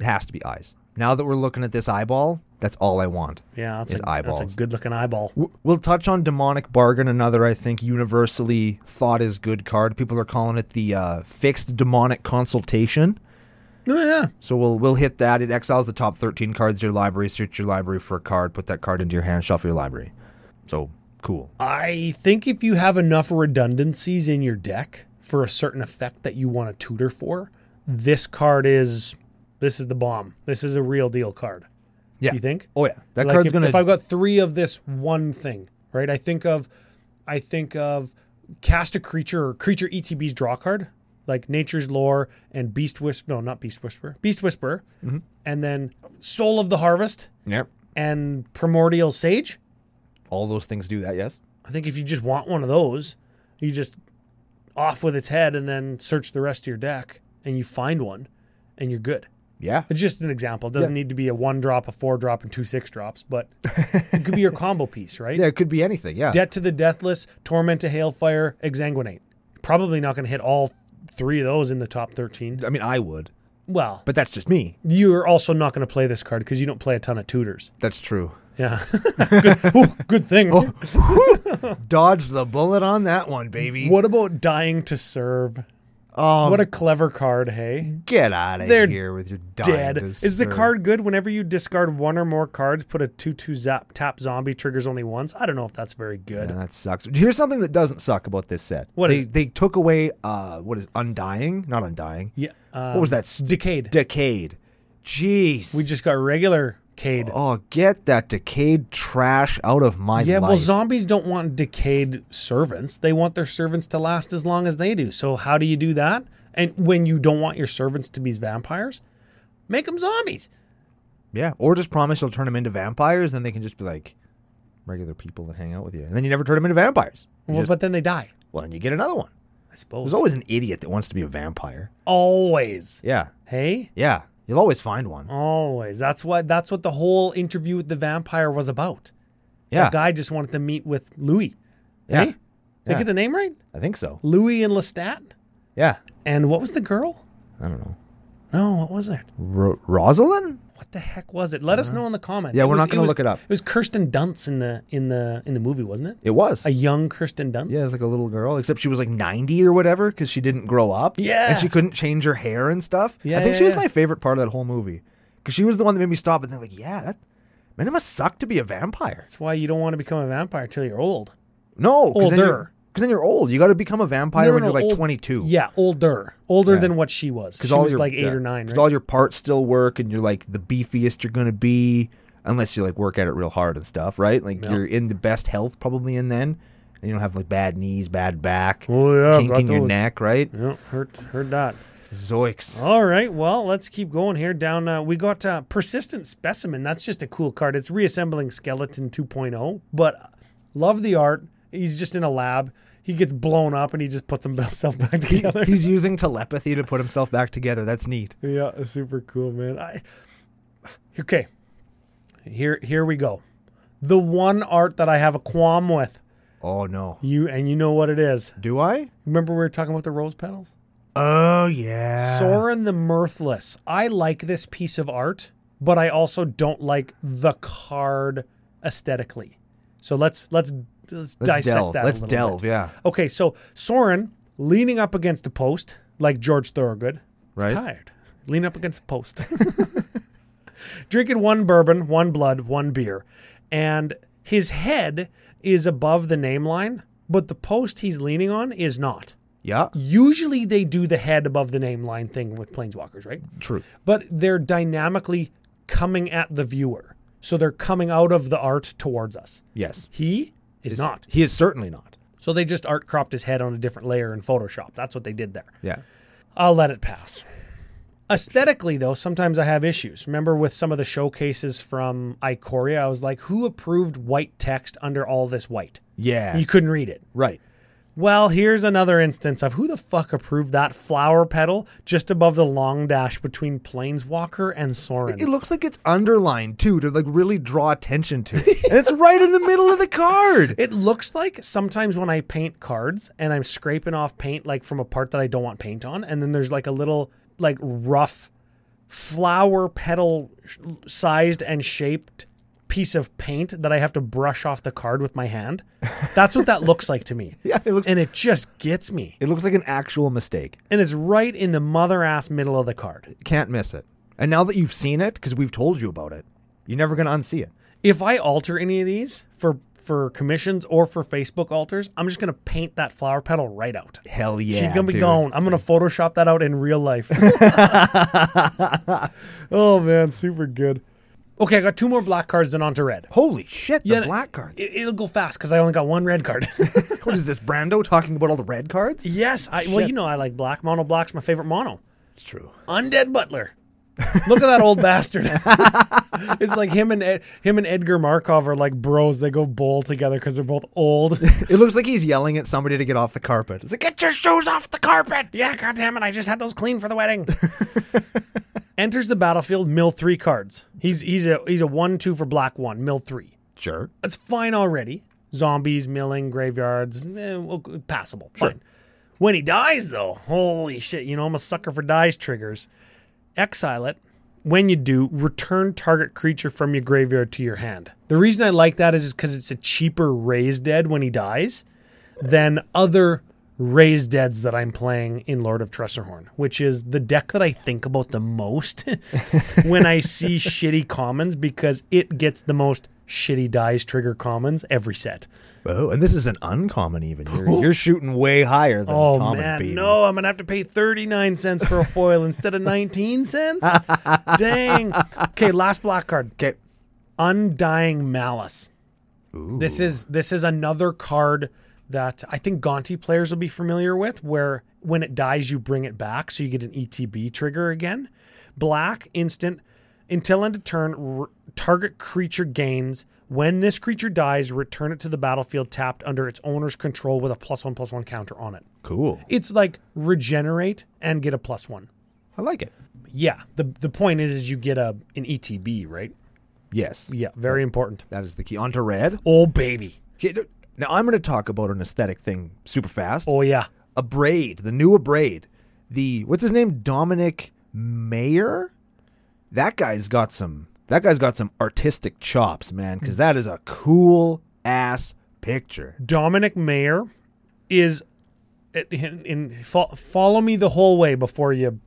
It has to be eyes. Now that we're looking at this eyeball, that's all I want.
Yeah, that's,
It's
a, that's
eyeballs.
a good looking eyeball. Oh,
W- We'll touch on demonic bargain, another I think universally thought is good card. People are calling it the uh, fixed demonic consultation.
Oh, yeah.
So we'll we'll hit that. It exiles the top thirteen cards of your library. Search your library for a card. Put that card into your hand. Shuffle your library. So cool.
I think if you have enough redundancies in your deck for a certain effect that you want to tutor for, this card is this is the bomb. This is a real deal card.
Yeah.
You think?
Oh yeah, that
Like
card's
if,
gonna.
if I've got three of this one thing, right? I think of I think of cast a creature or creature ETB's draw card, like Nature's Lore and Beast Whisper no, not Beast Whisperer. Beast Whisperer.
Mm-hmm.
And then Soul of the Harvest
Yep.
and Primordial Sage.
All those things do that. Yes.
I think if you just want one of those, you just off with its head and then search the rest of your deck and you find one and you're good.
Yeah.
It's just an example. It doesn't need to be a one drop, a four drop, and two six drops, but it could be your combo piece,
*laughs*
right?
Yeah. It could be anything. Yeah.
Debt to the Deathless, Torment to Hailfire, Exsanguinate. Probably not going to hit all three of those in the top 13.
I mean, I would,
Well,
but that's just me.
you're also not going to play this card because you don't play a ton of tutors.
That's true.
Yeah. *laughs* good, ooh, good thing.
Oh. Dodged the bullet on that one, baby.
What about Dying to Serve?
Um,
What a clever card, hey?
Get out of
They're
here with your dying
dead.
to
Is the
serve.
card good whenever you discard one or more cards, put a 2 2 zap, tap zombie triggers only once? I don't know if that's very good.
Yeah, that sucks. Here's something that doesn't suck about this set.
What
they
is it?
they took away uh what is undying? Not undying.
Yeah. Uh,
What was that? St-
Decayed.
decayed. Jeez.
we just got regular Cade.
oh, get that decayed trash out of my
yeah, well,
life.
zombies don't want decayed servants. They want their servants to last as long as they do. So, how do you do that? And when you don't want your servants to be vampires, make them zombies.
yeah, or just promise you'll turn them into vampires, then they can just be like regular people that hang out with you, and then you never turn them into vampires. You
Well,
just-
but then they die,
well, and you get another one.
I suppose.
There's always an idiot that wants to be a vampire.
Always.
Yeah,
Hey?
yeah, you'll always find
Oh,
one.
Always. That's what that's what the whole interview with the vampire was about.
Yeah,
That guy just wanted to meet with Louis.
yeah,
Hey? Did I
Yeah.
get the name right?
I think so.
Louis and Lestat?
Yeah,
And what was the girl?
I don't know.
No, what was it?
Ro- Rosalind?
What the heck was it? Let us know in the comments.
Uh-huh. Yeah,
It
we're
was-
not gonna
was-
look it up.
It was Kirsten Dunst in the in the in the movie, wasn't it?
It was.
A young Kirsten Dunst.
Yeah, it was like a little girl, except she was like 90 or whatever because she didn't grow up.
Yeah.
And she couldn't change her hair and stuff.
Yeah,
I think
yeah,
she was
yeah.
my favorite part of that whole movie because she was the one that made me stop and think, like, yeah, that, man, it must suck to be a vampire.
That's why you don't want to become a vampire till you're old.
No. Because then,
Older.
you're- 'cause then you're old. You got to become a vampire
No, no,
when
no,
you're like
old-
22.
Yeah, older, older than what she was. She
all
was
your,
like eight or nine.
Because
Right?
all your parts still work and you're like the beefiest you're going to be unless you like work at it real hard and stuff, right? Like you're in the best health probably in then. And you don't have like bad knees, bad back,
Oh, yeah,
kink
got
in your
those.
neck, right?
Yeah, heard heard that.
Zoiks.
All right, well, let's keep going here. Down, uh, we got uh, persistent specimen. That's just a cool card. It's reassembling skeleton 2.0, but love the art. He's just in a lab. He gets blown up and he just puts himself *laughs* back together.
He's using telepathy to put himself back together. That's neat.
Yeah, it's super cool, man. I okay. Here, here we go. The one art that I have a qualm with
Oh no.
you, and you know what it is.
Do I?
Remember we were talking about the rose petals.
Oh yeah.
Soren the Mirthless. I like this piece of art, but I also don't like the card aesthetically. So let's let's
Let's
let's, dissect
delve.
that. a
Let's
little
delve.
bit.
Yeah.
Okay, so Soren leaning up against a post like George Thorogood. He's
Right.
tired. Lean up against a post. *laughs* Drinking one bourbon, one blood, one beer. And his head is above the name line, but the post he's leaning on is not.
Yeah.
Usually they do the head above the name line thing with planeswalkers, right?
True.
But they're dynamically coming at the viewer. So they're coming out of the art towards us.
Yes.
He is not.
He is certainly not.
So they just art cropped his head on a different layer in Photoshop. That's what they did there.
Yeah.
I'll let it pass. Aesthetically, though, sometimes I have issues. Remember with some of the showcases from Icoria, I was like, who approved white text under all this white?
Yeah.
You couldn't read it.
right.
Well, here's another instance of who the fuck approved that flower petal just above the long dash between Planeswalker and Soren.
It looks like it's underlined too to like really draw attention to it. and it's right in the middle of the card.
It looks like sometimes when I paint cards and I'm scraping off paint like from a part that I don't want paint on, and then there's like a little like rough flower petal sh- sized and shaped piece of paint that I have to brush off the card with my hand. That's what that looks like to me.
*laughs* Yeah, it looks
And it just gets me.
it looks like an actual mistake.
And it's right in the mother ass middle of the card.
Can't miss it. And now that you've seen it cuz we've told you about it, you're never going to unsee it.
If I alter any of these for for commissions or for Facebook alters, I'm just gonna paint that flower petal right out.
Hell yeah.
She's gonna be
dude.
gone. I'm gonna Photoshop that out in real *laughs* life. oh man, super good. Okay, I got two more black cards and on to red.
Holy shit, the
Yeah,
black card.
It, will go fast because I only got one red card.
*laughs*
*laughs*
What is this Brando talking about all the red cards?
yes, I well you know I like black. Mono black's my favorite mono.
It's true.
Undead Butler. Look at that old bastard. *laughs* it's like him and Ed, him and Edgar Markov are like bros. They go bowl together because they're both old.
It looks like he's yelling at somebody to get off the carpet. It's like, get your shoes off the carpet!
Yeah, goddamn it! I just had those clean for the wedding. *laughs* Enters the battlefield, mill three cards. He's he's a he's a one two for black one, mill three.
Sure.
That's fine already. Zombies, milling, graveyards, eh, well, passable. Fine. When he dies, though, holy shit! You know I'm a sucker for dies triggers. Exile it. When you do, return target creature from your graveyard to your hand. The reason I like that is because it's a cheaper raise dead when he dies than other raised deads that I'm playing in Lord of Tressorhorn, which is the deck that I think about the most *laughs* when I see shitty commons because it gets the most shitty dies trigger commons every set.
Oh, and this is an uncommon even. You're, you're shooting way higher than
Oh
common
man,
baby.
no, I'm gonna have to pay 39 cents for a foil instead of
*laughs*
19 cents. Dang. Okay, last black card.
Okay.
Undying Malice. This is this is another card that I think Gonti players will be familiar with, where when it dies, you bring it back, so you get an ETB trigger again. Black instant until end of turn, r- target creature gains. When this creature dies, return it to the battlefield tapped under its owner's control with a plus one plus one counter on it.
Cool.
It's like regenerate and get a plus one.
I like it.
Yeah, the the point is, is you get a an ETB, right?
Yes.
Yeah, very important.
That is the key. On to red.
Oh baby.
Okay, no- Now I'm going to talk about an aesthetic thing super fast.
Oh yeah.
Abrade, the new Abrade, the what's his name, Dominic Mayer. That guy's got some. That guy's got some artistic chops, man.
Mm.
Because that is a cool ass picture.
Dominic Mayer is in, in fo- follow me the whole way before you.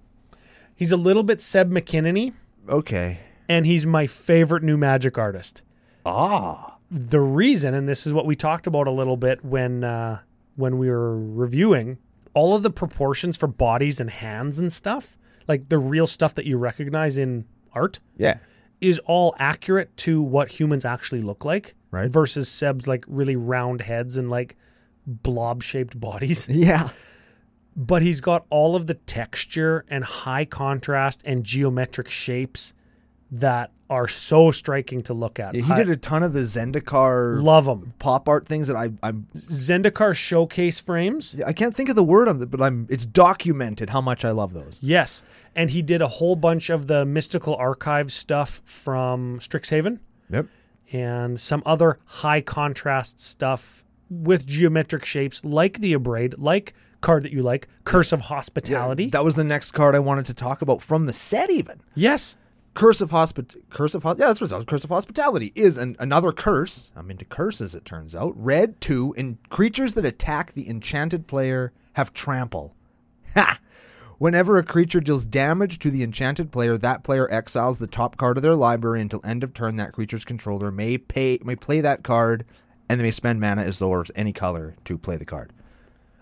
He's a little bit Seb McKinney,
Okay.
and he's my favorite new magic artist.
Ah.
The reason, and this is what we talked about a little bit when uh, when we were reviewing all of the proportions for bodies and hands and stuff, like the real stuff that you recognize in art,
Yeah.
is all accurate to what humans actually look like,
Right.
Versus Seb's like really round heads and like blob shaped bodies.
*laughs*
*laughs*
Yeah.
but he's got all of the texture and high contrast and geometric shapes that are so striking to look at.
He
I
did a ton of the Zendikar
love them.
pop art things that I I'm
Zendikar showcase frames.
I can't think of the word of it, but I'm it's documented how much I love those.
Yes, and he did a whole bunch of the mystical archive stuff from Strixhaven
Yep.
and some other high contrast stuff with geometric shapes like the abrade, like card that you like, Curse of Hospitality.
That was the next card I wanted to talk about from the set even.
yes.
curse of hospit curse of hos- yeah that's what it's called. curse of hospitality is an, another curse i'm into curses it turns out red 2 and creatures that attack the enchanted player have trample ha whenever a creature deals damage to the enchanted player that player exiles the top card of their library until end of turn that creature's controller may pay may play that card and they may spend mana as though or any color to play the card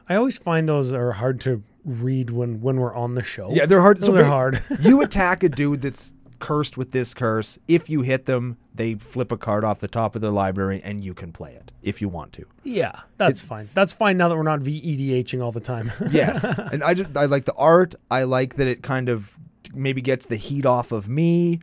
I always find those are hard to read when when we're on the show.
Yeah, they're hard.
So they're
ba- *laughs*
hard. *laughs*
you attack a dude that's cursed with this curse. If you hit them, they flip a card off the top of their library, and you can play it if you want to.
Yeah, that's fine. That's fine now that we're not E VEDHing all the time.
Yes, *laughs* and I just I like the art. I like that it kind of maybe gets the heat off of me.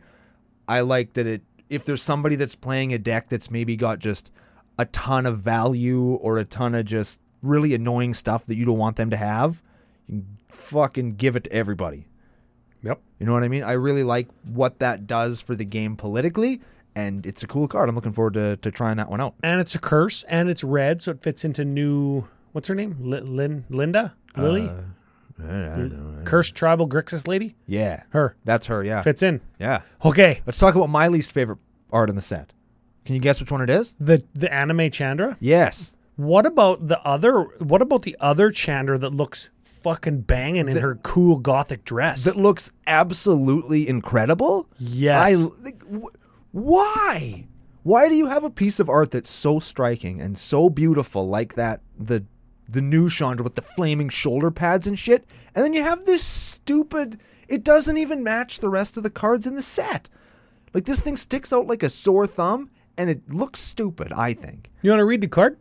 I like that it if there's somebody that's playing a deck that's maybe got just a ton of value or a ton of just really annoying stuff that you don't want them to have, you can fucking give it to everybody.
*laughs* yep.
You know what I mean? I really like what that does for the game politically, and it's a cool card. I'm looking forward to, to trying that one out.
And it's a curse, and it's red, so it fits into new. What's her name? Li- Lin- Linda?
Uh,
Lily? Cursed tribal Grixis lady?
Yeah.
Her.
That's her, yeah.
Fits in.
Yeah.
Okay.
Let's talk about my least favorite art in the set. Can you guess which one it is?
The the anime Chandra?
Yes.
What about the other what about the other Chandra that looks fucking banging in her cool gothic dress?
That looks absolutely incredible.
Yes.
I like, wh- why? Why do you have a piece of art that's so striking and so beautiful like that the the new Chandra with the flaming shoulder pads and shit, and then you have this stupid it doesn't even match the rest of the cards in the set. Like this thing sticks out like a sore thumb and it looks stupid, I think.
you want to read the card?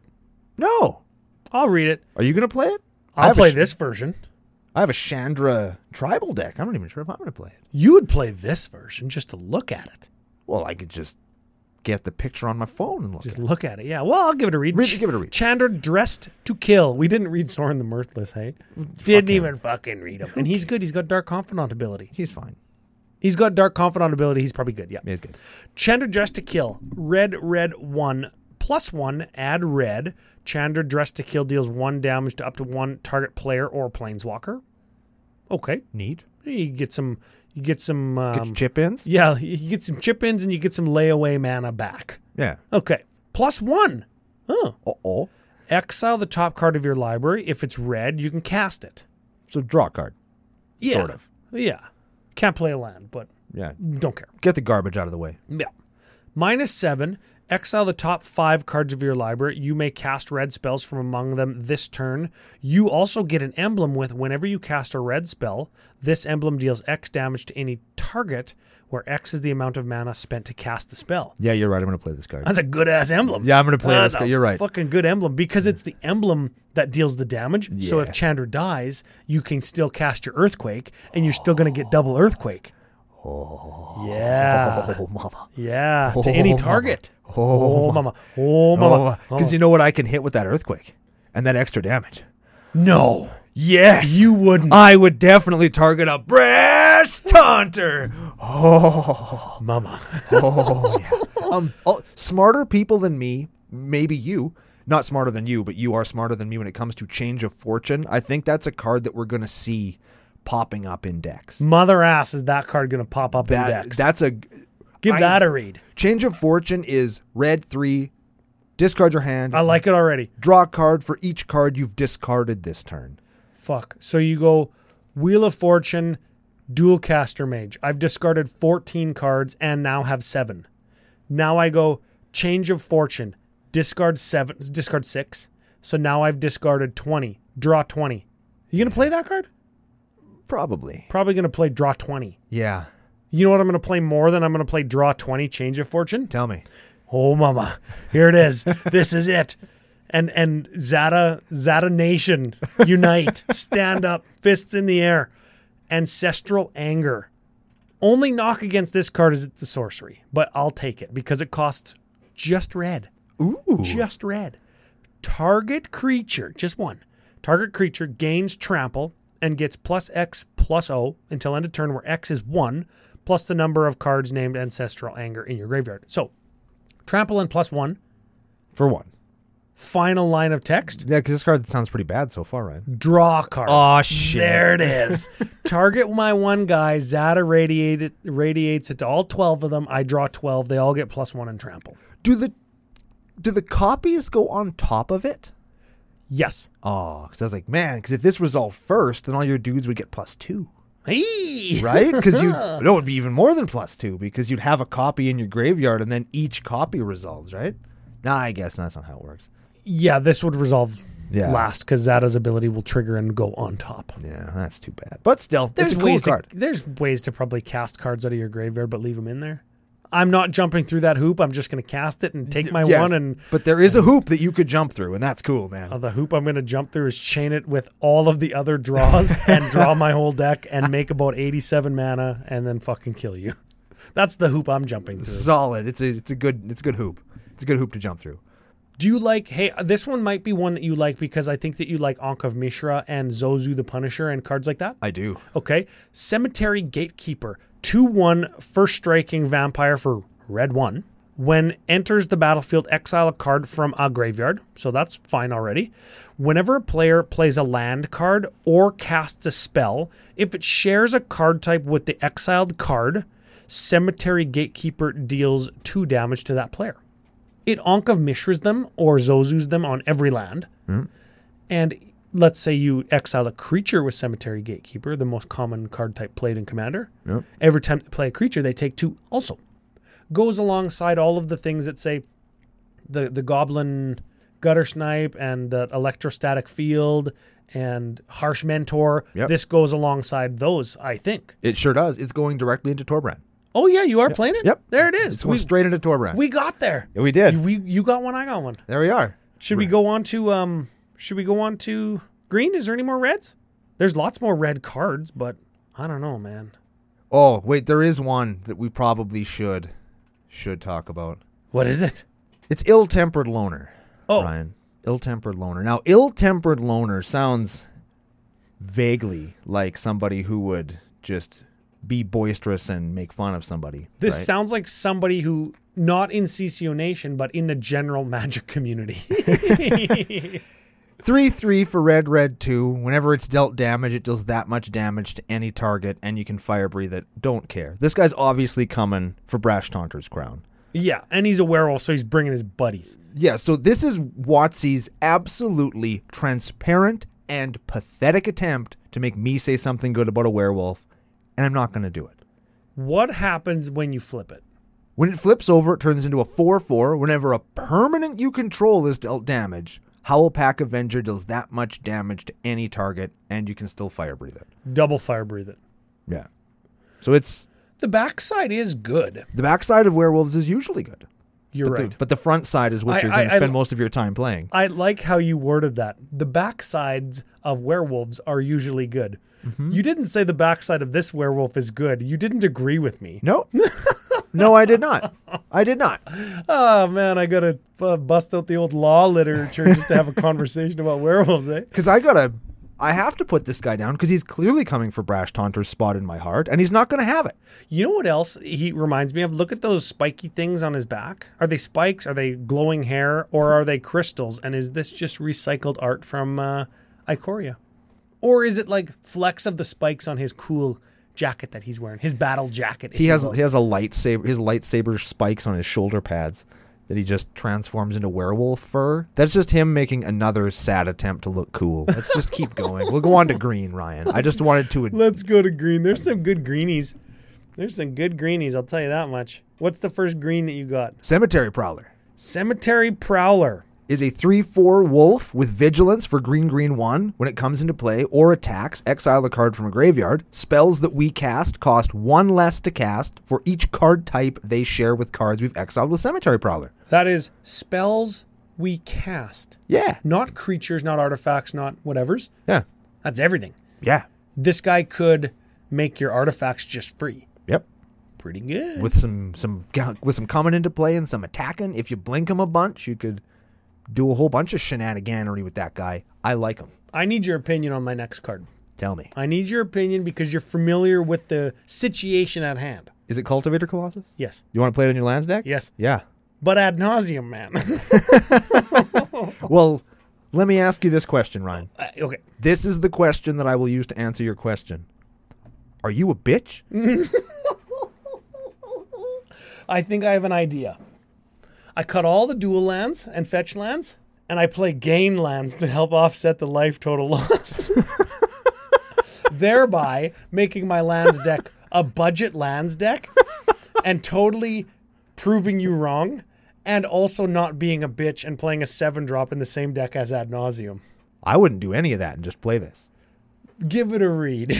No.
I'll read it.
Are you going to play it? I
I'll
have a
play
sh-
this version.
I have a Chandra tribal deck. I'm not even sure if I'm going to play it.
You would play this version just to look at it.
Well, I could just get the picture on my phone and look.
Just look at it. Yeah. Well, I'll give it a read.
Read-
Ch-
give it a read.
Chandra dressed to kill. We didn't read Soren the Mirthless, hey? Didn't even fucking read him. And he's good. He's got Dark Confidant ability.
He's fine.
He's got Dark Confidant ability. He's probably good. Yeah.
He's good.
Chandra dressed to kill. Red, red, one. Plus one, add red. Chandra dressed to kill deals one damage to up to one target player or planeswalker. Okay.
Neat.
You get some. You get some. Um,
Get your chip ins.
yeah, you get some chip ins and you get some layaway mana back.
Yeah.
Okay. Plus one. Oh.
Uh oh.
Exile the top card of your library. If it's red, you can cast it.
So draw a card.
Yeah.
Sort of.
Yeah. Can't play a land, but
Yeah.
don't care.
Get the garbage out of the way.
Yeah. Minus seven. Exile the top five cards of your library. You may cast red spells from among them this turn. You also get an emblem with whenever you cast a red spell. This emblem deals X damage to any target, where X is the amount of mana spent to cast the spell.
Yeah, you're right. I'm gonna play this card.
That's a good ass emblem.
Yeah, I'm gonna play this
That's a
card. You're right.
Fucking good emblem because it's the emblem that deals the damage. So if
Yeah.
Chandra dies, you can still cast your earthquake, and you're still gonna get double earthquake. Oh. Yeah.
Oh mama.
Yeah,
Oh,
to any
mama.
target.
Oh,
Oh, mama. Oh, mama.
Because you know what I can hit with that earthquake and that extra damage.
no,
Yes.
you wouldn't.
I would definitely target a brash taunter.
mama.
Oh, yeah. um, oh, smarter people than me, maybe you, not smarter than you, but you are smarter than me when it comes to change of fortune. I think that's a card that we're going to see popping up in decks.
Mother ass is that card going to pop up in
That,
decks?
that's a
Give
I-
that a read.
change of fortune is red three, discard your hand,
I like it already.
draw a card for each card you've discarded this turn.
Fuck. So you go Wheel of Fortune, Dual Caster Mage. I've discarded 14 cards and now have seven. Now I go Change of Fortune, discard seven, discard six. So now I've discarded 20. Draw 20. You going to play that card?
Probably.
Probably going to play draw 20.
Yeah.
You know what I'm going to play more than I'm going to play draw 20 change of fortune?
Tell me.
Oh mama, here it is. this is it. And and Zata Zata Nation unite, stand up, fists in the air. Ancestral anger. Only knock against this card is it's a sorcery, but I'll take it because it costs just red
Ooh.
just red. Target creature, just one. Target creature gains trample and gets plus X plus O until end of turn, where X is one, plus the number of cards named Ancestral Anger in your graveyard. So, trample and plus one.
For one.
Final line of text:
Yeah, because this card sounds pretty bad so far, right?
draw a card.
Oh, shit.
There
*laughs*
it is. Target my one guy. Zata radiated, radiates it to all twelve of them. I draw twelve. They all get plus one and trample.
Do the do the copies go on top of it?
Yes.
Oh, because I was like, man, because if this was all first, then all your dudes would get plus two,
Hey.
right? Because
*laughs*
you no, it'd be even more than plus two because you'd have a copy in your graveyard, and then each copy resolves, right? Nah, I guess that's not how it works.
Yeah, this would resolve
Yeah.
last because Zada's ability will trigger and go on top.
Yeah, that's too bad. But still,
There's
it's a cool
ways
card.
to there's ways to probably cast cards out of your graveyard, but leave them in there. I'm not jumping through that hoop. I'm just going to cast it and take my
Yes,
one, and
but there is a hoop that you could jump through, and that's cool, man.
uh, the hoop I'm going to jump through is chain it with all of the
*laughs*
other draws and draw my whole deck and make about 87 mana and then fucking kill you. That's the hoop I'm jumping through.
Solid. It's a it's a good it's a good hoop. It's a good hoop to jump through.
Do you like? Hey, this one might be one that you like because I think that you like Ankh of Mishra and Zozu the Punisher and cards like that.
I do.
Okay. Cemetery Gatekeeper, 2 1 first striking vampire for red 1. When enters the battlefield, exile a card from a graveyard. So that's fine already. Whenever a player plays a land card or casts a spell, if it shares a card type with the exiled card, Cemetery Gatekeeper deals 2 damage to that player. It Ankh of Mishra's them or Zozu's them on every land. And let's say you exile a creature with Cemetery Gatekeeper, the most common card type played in Commander. Every time they play a creature, they take two also. Goes alongside all of the things that say the, the Goblin Gutter Snipe and the Electrostatic Field and Harsh Mentor.
Yep.
This goes alongside those, I think.
It sure does. It's going directly into Torbrand.
Oh, yeah, you are playing it?
Yep.
There it is.
It's going
We,
straight into Torbrand.
we got there.
Yeah, we did.
We, you got one, I got one.
there we are.
Should we go on to um? Should we go on to green? Is there any more reds? There's lots more red cards, but I don't know, man.
Oh wait, there is one that we probably should should talk about.
What is it?
It's ill-tempered loner.
Oh.
Ryan. Ill-tempered loner. Now, ill-tempered loner sounds vaguely like somebody who would just be boisterous and make fun of somebody.
This
right?
sounds like somebody who not in CCO Nation, but in the general *laughs* Magic community.
Three three for red red two. Whenever it's dealt damage, it deals that much damage to any target, and you can fire breathe it. Don't care. This guy's obviously coming for Brash Taunter's crown.
yeah, and he's a werewolf, so he's bringing his buddies.
Yeah, so this is Watsy's absolutely transparent and pathetic attempt to make me say something good about a werewolf, and I'm not going to do it.
What happens when you flip it?
When it flips over, it turns into a 4 4. Whenever a permanent you control is dealt damage, Howl Pack Avenger deals that much damage to any target, and you can still fire breathe it.
Double fire breathe it.
Yeah. So it's
The backside is good.
the backside of werewolves is usually good,
You're
but,
right.
the, but the front side is what
I-
you're
I-
going to
I-
spend most of your time playing.
I like how you worded that. The backsides of werewolves are usually good. You didn't say the backside of this werewolf is good. You didn't agree with me.
No, *laughs* no, I did not. I did not.
Oh man, I gotta uh, bust out the old law literature just to have a *laughs* conversation about werewolves, eh?
Because I gotta, I have to put this guy down because he's clearly coming for Brash Taunter's spot in my heart, and he's not gonna have it.
You know what else he reminds me of? Look at those spiky things on his back. Are they spikes? Are they glowing hair? Or are they crystals? And is this just recycled art from uh, Icoria? Or is it like flecks of the spikes on his cool jacket that he's wearing, his battle jacket? if
He
you
has
will.
he has a lightsaber. His lightsaber spikes on his shoulder pads that he just transforms into werewolf fur. That's just him making another sad attempt to look cool. Let's just keep going. We'll go on to green, Ryan. I just wanted to.
*laughs*
ad-
Let's go to green. There's some good greenies. There's some good greenies, I'll tell you that much. What's the first green that you got?
Cemetery Prowler
Cemetery Prowler.
is a three four wolf with vigilance for green green one. When it comes into play or attacks, exile a card from a graveyard. Spells that we cast cost one less to cast for each card type they share with cards we've exiled with Cemetery Prowler.
That is spells we cast.
Yeah,
Not creatures, not artifacts, not whatevers.
yeah,
That's everything.
yeah.
This guy could make your artifacts just free.
Yep.
Pretty good.
with some some ga- with some coming into play and some attacking. If you blink him a bunch, you could do a whole bunch of shenaniganery with that guy. I like him.
I need your opinion on my next card.
Tell me,
I need your opinion because you're familiar with the situation at hand.
is it Cultivator Colossus?
Yes.
You want to play it on your lands deck?
Yes.
Yeah.
But ad nauseum, man. *laughs*
Well, let me ask you this question, Ryan.
Uh, okay.
This is the question that I will use to answer your question. Are you a bitch?
I think I have an idea. I cut all the dual lands and fetch lands, and I play gain lands to help offset the life total *laughs* lost, thereby making my lands deck a budget lands deck and totally proving you wrong, and also not being a bitch and playing a seven drop in the same deck as ad nauseum.
I wouldn't do any of that and just play this.
Give it a read. *laughs*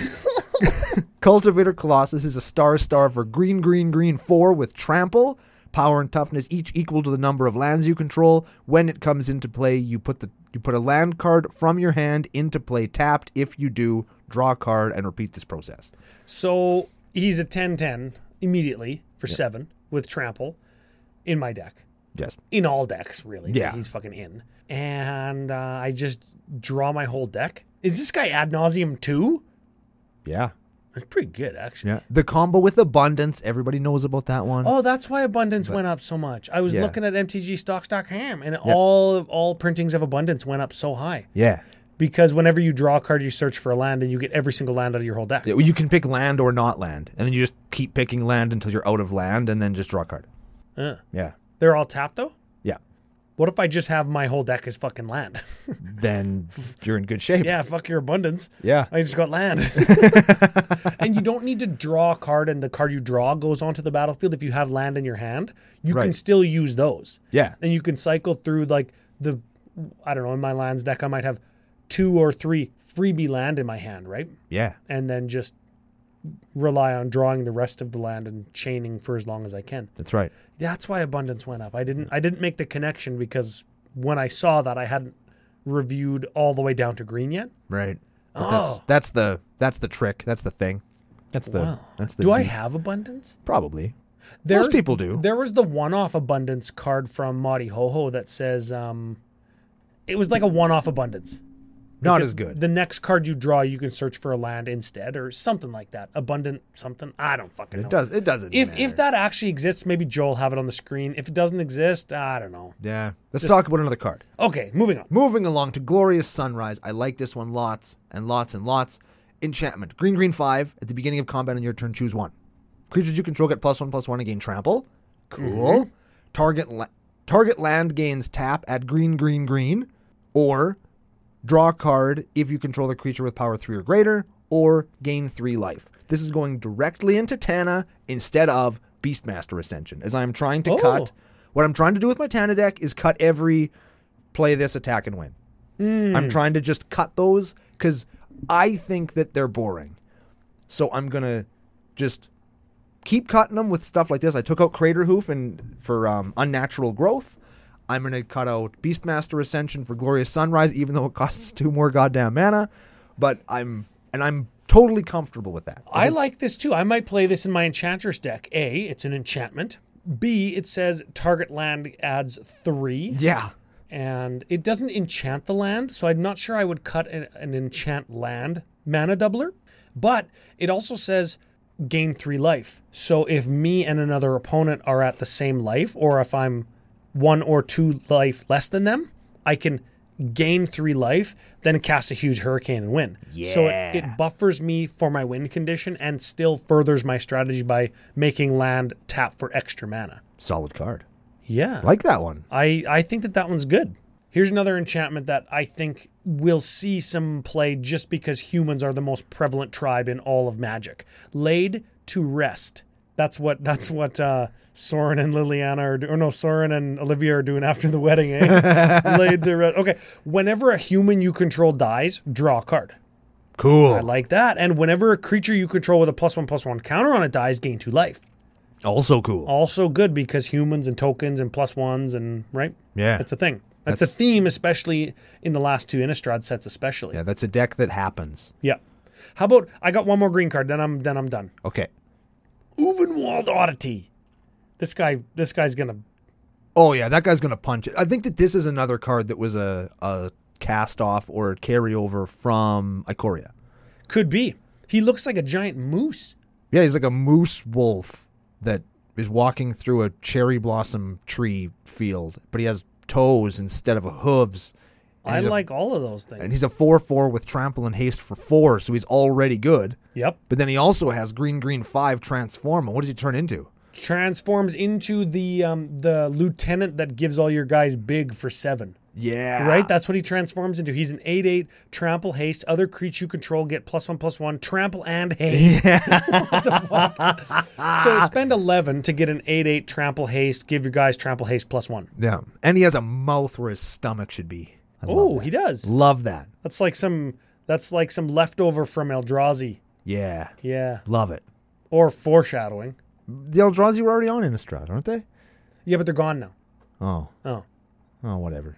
Cultivator Colossus is a star star for green, green, green 4 with trample. Power and toughness each equal to the number of lands you control. When it comes into play, you put the you put a land card from your hand into play tapped. If you do, draw a card and repeat this process.
so he's a 10 10 immediately for seven with trample in my deck.
Yes.
In all decks, really.
Yeah.
He's fucking in. And uh, I just draw my whole deck. Is this guy ad nauseum too?
Yeah.
It's pretty good, actually.
Yeah. The combo with abundance, everybody knows about that one.
Oh, that's why abundance went up so much. I was
Yeah.
looking at mtgstocks.com and all all printings of abundance went up so high
Yeah.
because whenever you draw a card, you search for a land and you get every single land out of your whole deck.
Yeah, well, You can pick land or not land, and then you just keep picking land until you're out of land, and then just draw a card.
Uh,
Yeah.
they're all tapped though.
Yeah.
What if I just have my whole deck as fucking land? *laughs*
Then you're in good shape.
yeah, fuck your abundance.
Yeah.
I just got
*laughs*
land. *laughs* and you don't need to draw a card and the card you draw goes onto the battlefield if you have land in your hand. You can
Right.
still use those.
Yeah.
And you can cycle through like the I don't know, in my lands deck I might have two or three freebie land in my hand, right?
Yeah.
And then just rely on drawing the rest of the land and chaining for as long as I can.
That's right.
That's why abundance went up. I didn't I didn't make the connection because when I saw that I hadn't reviewed all the way down to green yet.
Right. But
Oh.
That's that's the that's the trick. That's the thing. That's the
Wow.
that's the
Do I
deep-
have abundance?
probably.
There's,
people do.
There was the one-off abundance card from Marty Hoho that says, um, it was like a one-off abundance.
Not as good.
The next card you draw, you can search for a land instead, or something like that. Abundant something. I don't fucking know.
It does it doesn't
If
matter.
if that actually exists, maybe Joel will have it on the screen. If it doesn't exist, I don't know.
Yeah. Let's talk about another card.
Okay, moving on.
Moving along to Glorious Sunrise. I like this one lots and lots and lots. Enchantment. Green green five. At the beginning of combat on your turn, choose one. Creatures you control get plus one plus one and gain trample. Cool. Target la- target land gains tap at green green green. Or draw a card if you control the creature with power three or greater, or gain three life. This is going directly into Tana instead of Beastmaster Ascension, as I am trying to
Oh.
cut. What I'm trying to do with my Tana deck is cut every play this, attack, and win. I'm trying to just cut those because I think that they're boring. So I'm gonna just keep cutting them with stuff like this. I took out Crater Hoof and for um, unnatural growth. I'm gonna cut out Beastmaster Ascension for Glorious Sunrise, even though it costs *laughs* two more goddamn mana. But I'm and I'm totally comfortable with that.
I like this too. I might play this in my Enchantress deck. A, it's an enchantment. B, it says target land adds three.
yeah,
and it doesn't enchant the land, so I'm not sure I would cut an, an enchant land mana doubler. But it also says gain three life. So if me and another opponent are at the same life, or if I'm one or two life less than them, I can gain three life, then cast a huge hurricane and win. So it, it
Yeah.
buffers me for my win condition and still furthers my strategy by making land tap for extra mana.
solid card.
Yeah.
Like that one.
I, I think that that one's good. Here's another enchantment that I think will see some play just because humans are the most prevalent tribe in all of Magic. Laid to rest. That's what that's what uh, Soren and Liliana are do- or no Soren and Olivia are doing after the wedding. Eh? Laid to rest. Okay. Whenever a human you control dies, draw a card.
Cool.
I like that. And whenever a creature you control with a plus one plus one counter on it dies, gain two life
also cool.
also good because humans and tokens and plus ones and right
Yeah.
it's a thing that's, a theme especially in the last two innistrad sets especially
yeah,
yeah.
that's a deck that happens.
how about i got one more green card then i'm then i'm done
Okay.
uvenwald oddity this guy this guy's gonna
Oh yeah, that guy's gonna punch it. I think that this is another card that was a, a cast off or carryover from Ikoria.
could be he looks like a giant moose
Yeah, he's like a moose wolf that is walking through a cherry blossom tree field, but he has toes instead of hooves. And
i
he's a-
like all of those things
and he's a four four with trample and haste for four, so he's already good.
yep
But then he also has green green five transform. And what does he turn into?
transforms into the um the lieutenant that gives all your guys big for seven
Yeah, *laughs*
Right? That's what he transforms into. He's an 8 8 trample haste. Other creature you control get plus one plus one trample
*laughs*
and haste. What the fuck? so spend 11 to get an 8 8 trample haste. Give your guys trample haste plus one.
Yeah, and he has a mouth where his stomach should be. I love
Oh,
that.
he does.
Love that.
That's like some. That's like some leftover from Eldrazi.
Yeah.
Yeah,
Love it.
or foreshadowing.
The Eldrazi were already on Innistrad, aren't they?
Yeah, but they're gone now.
Oh.
Oh,
Oh, whatever.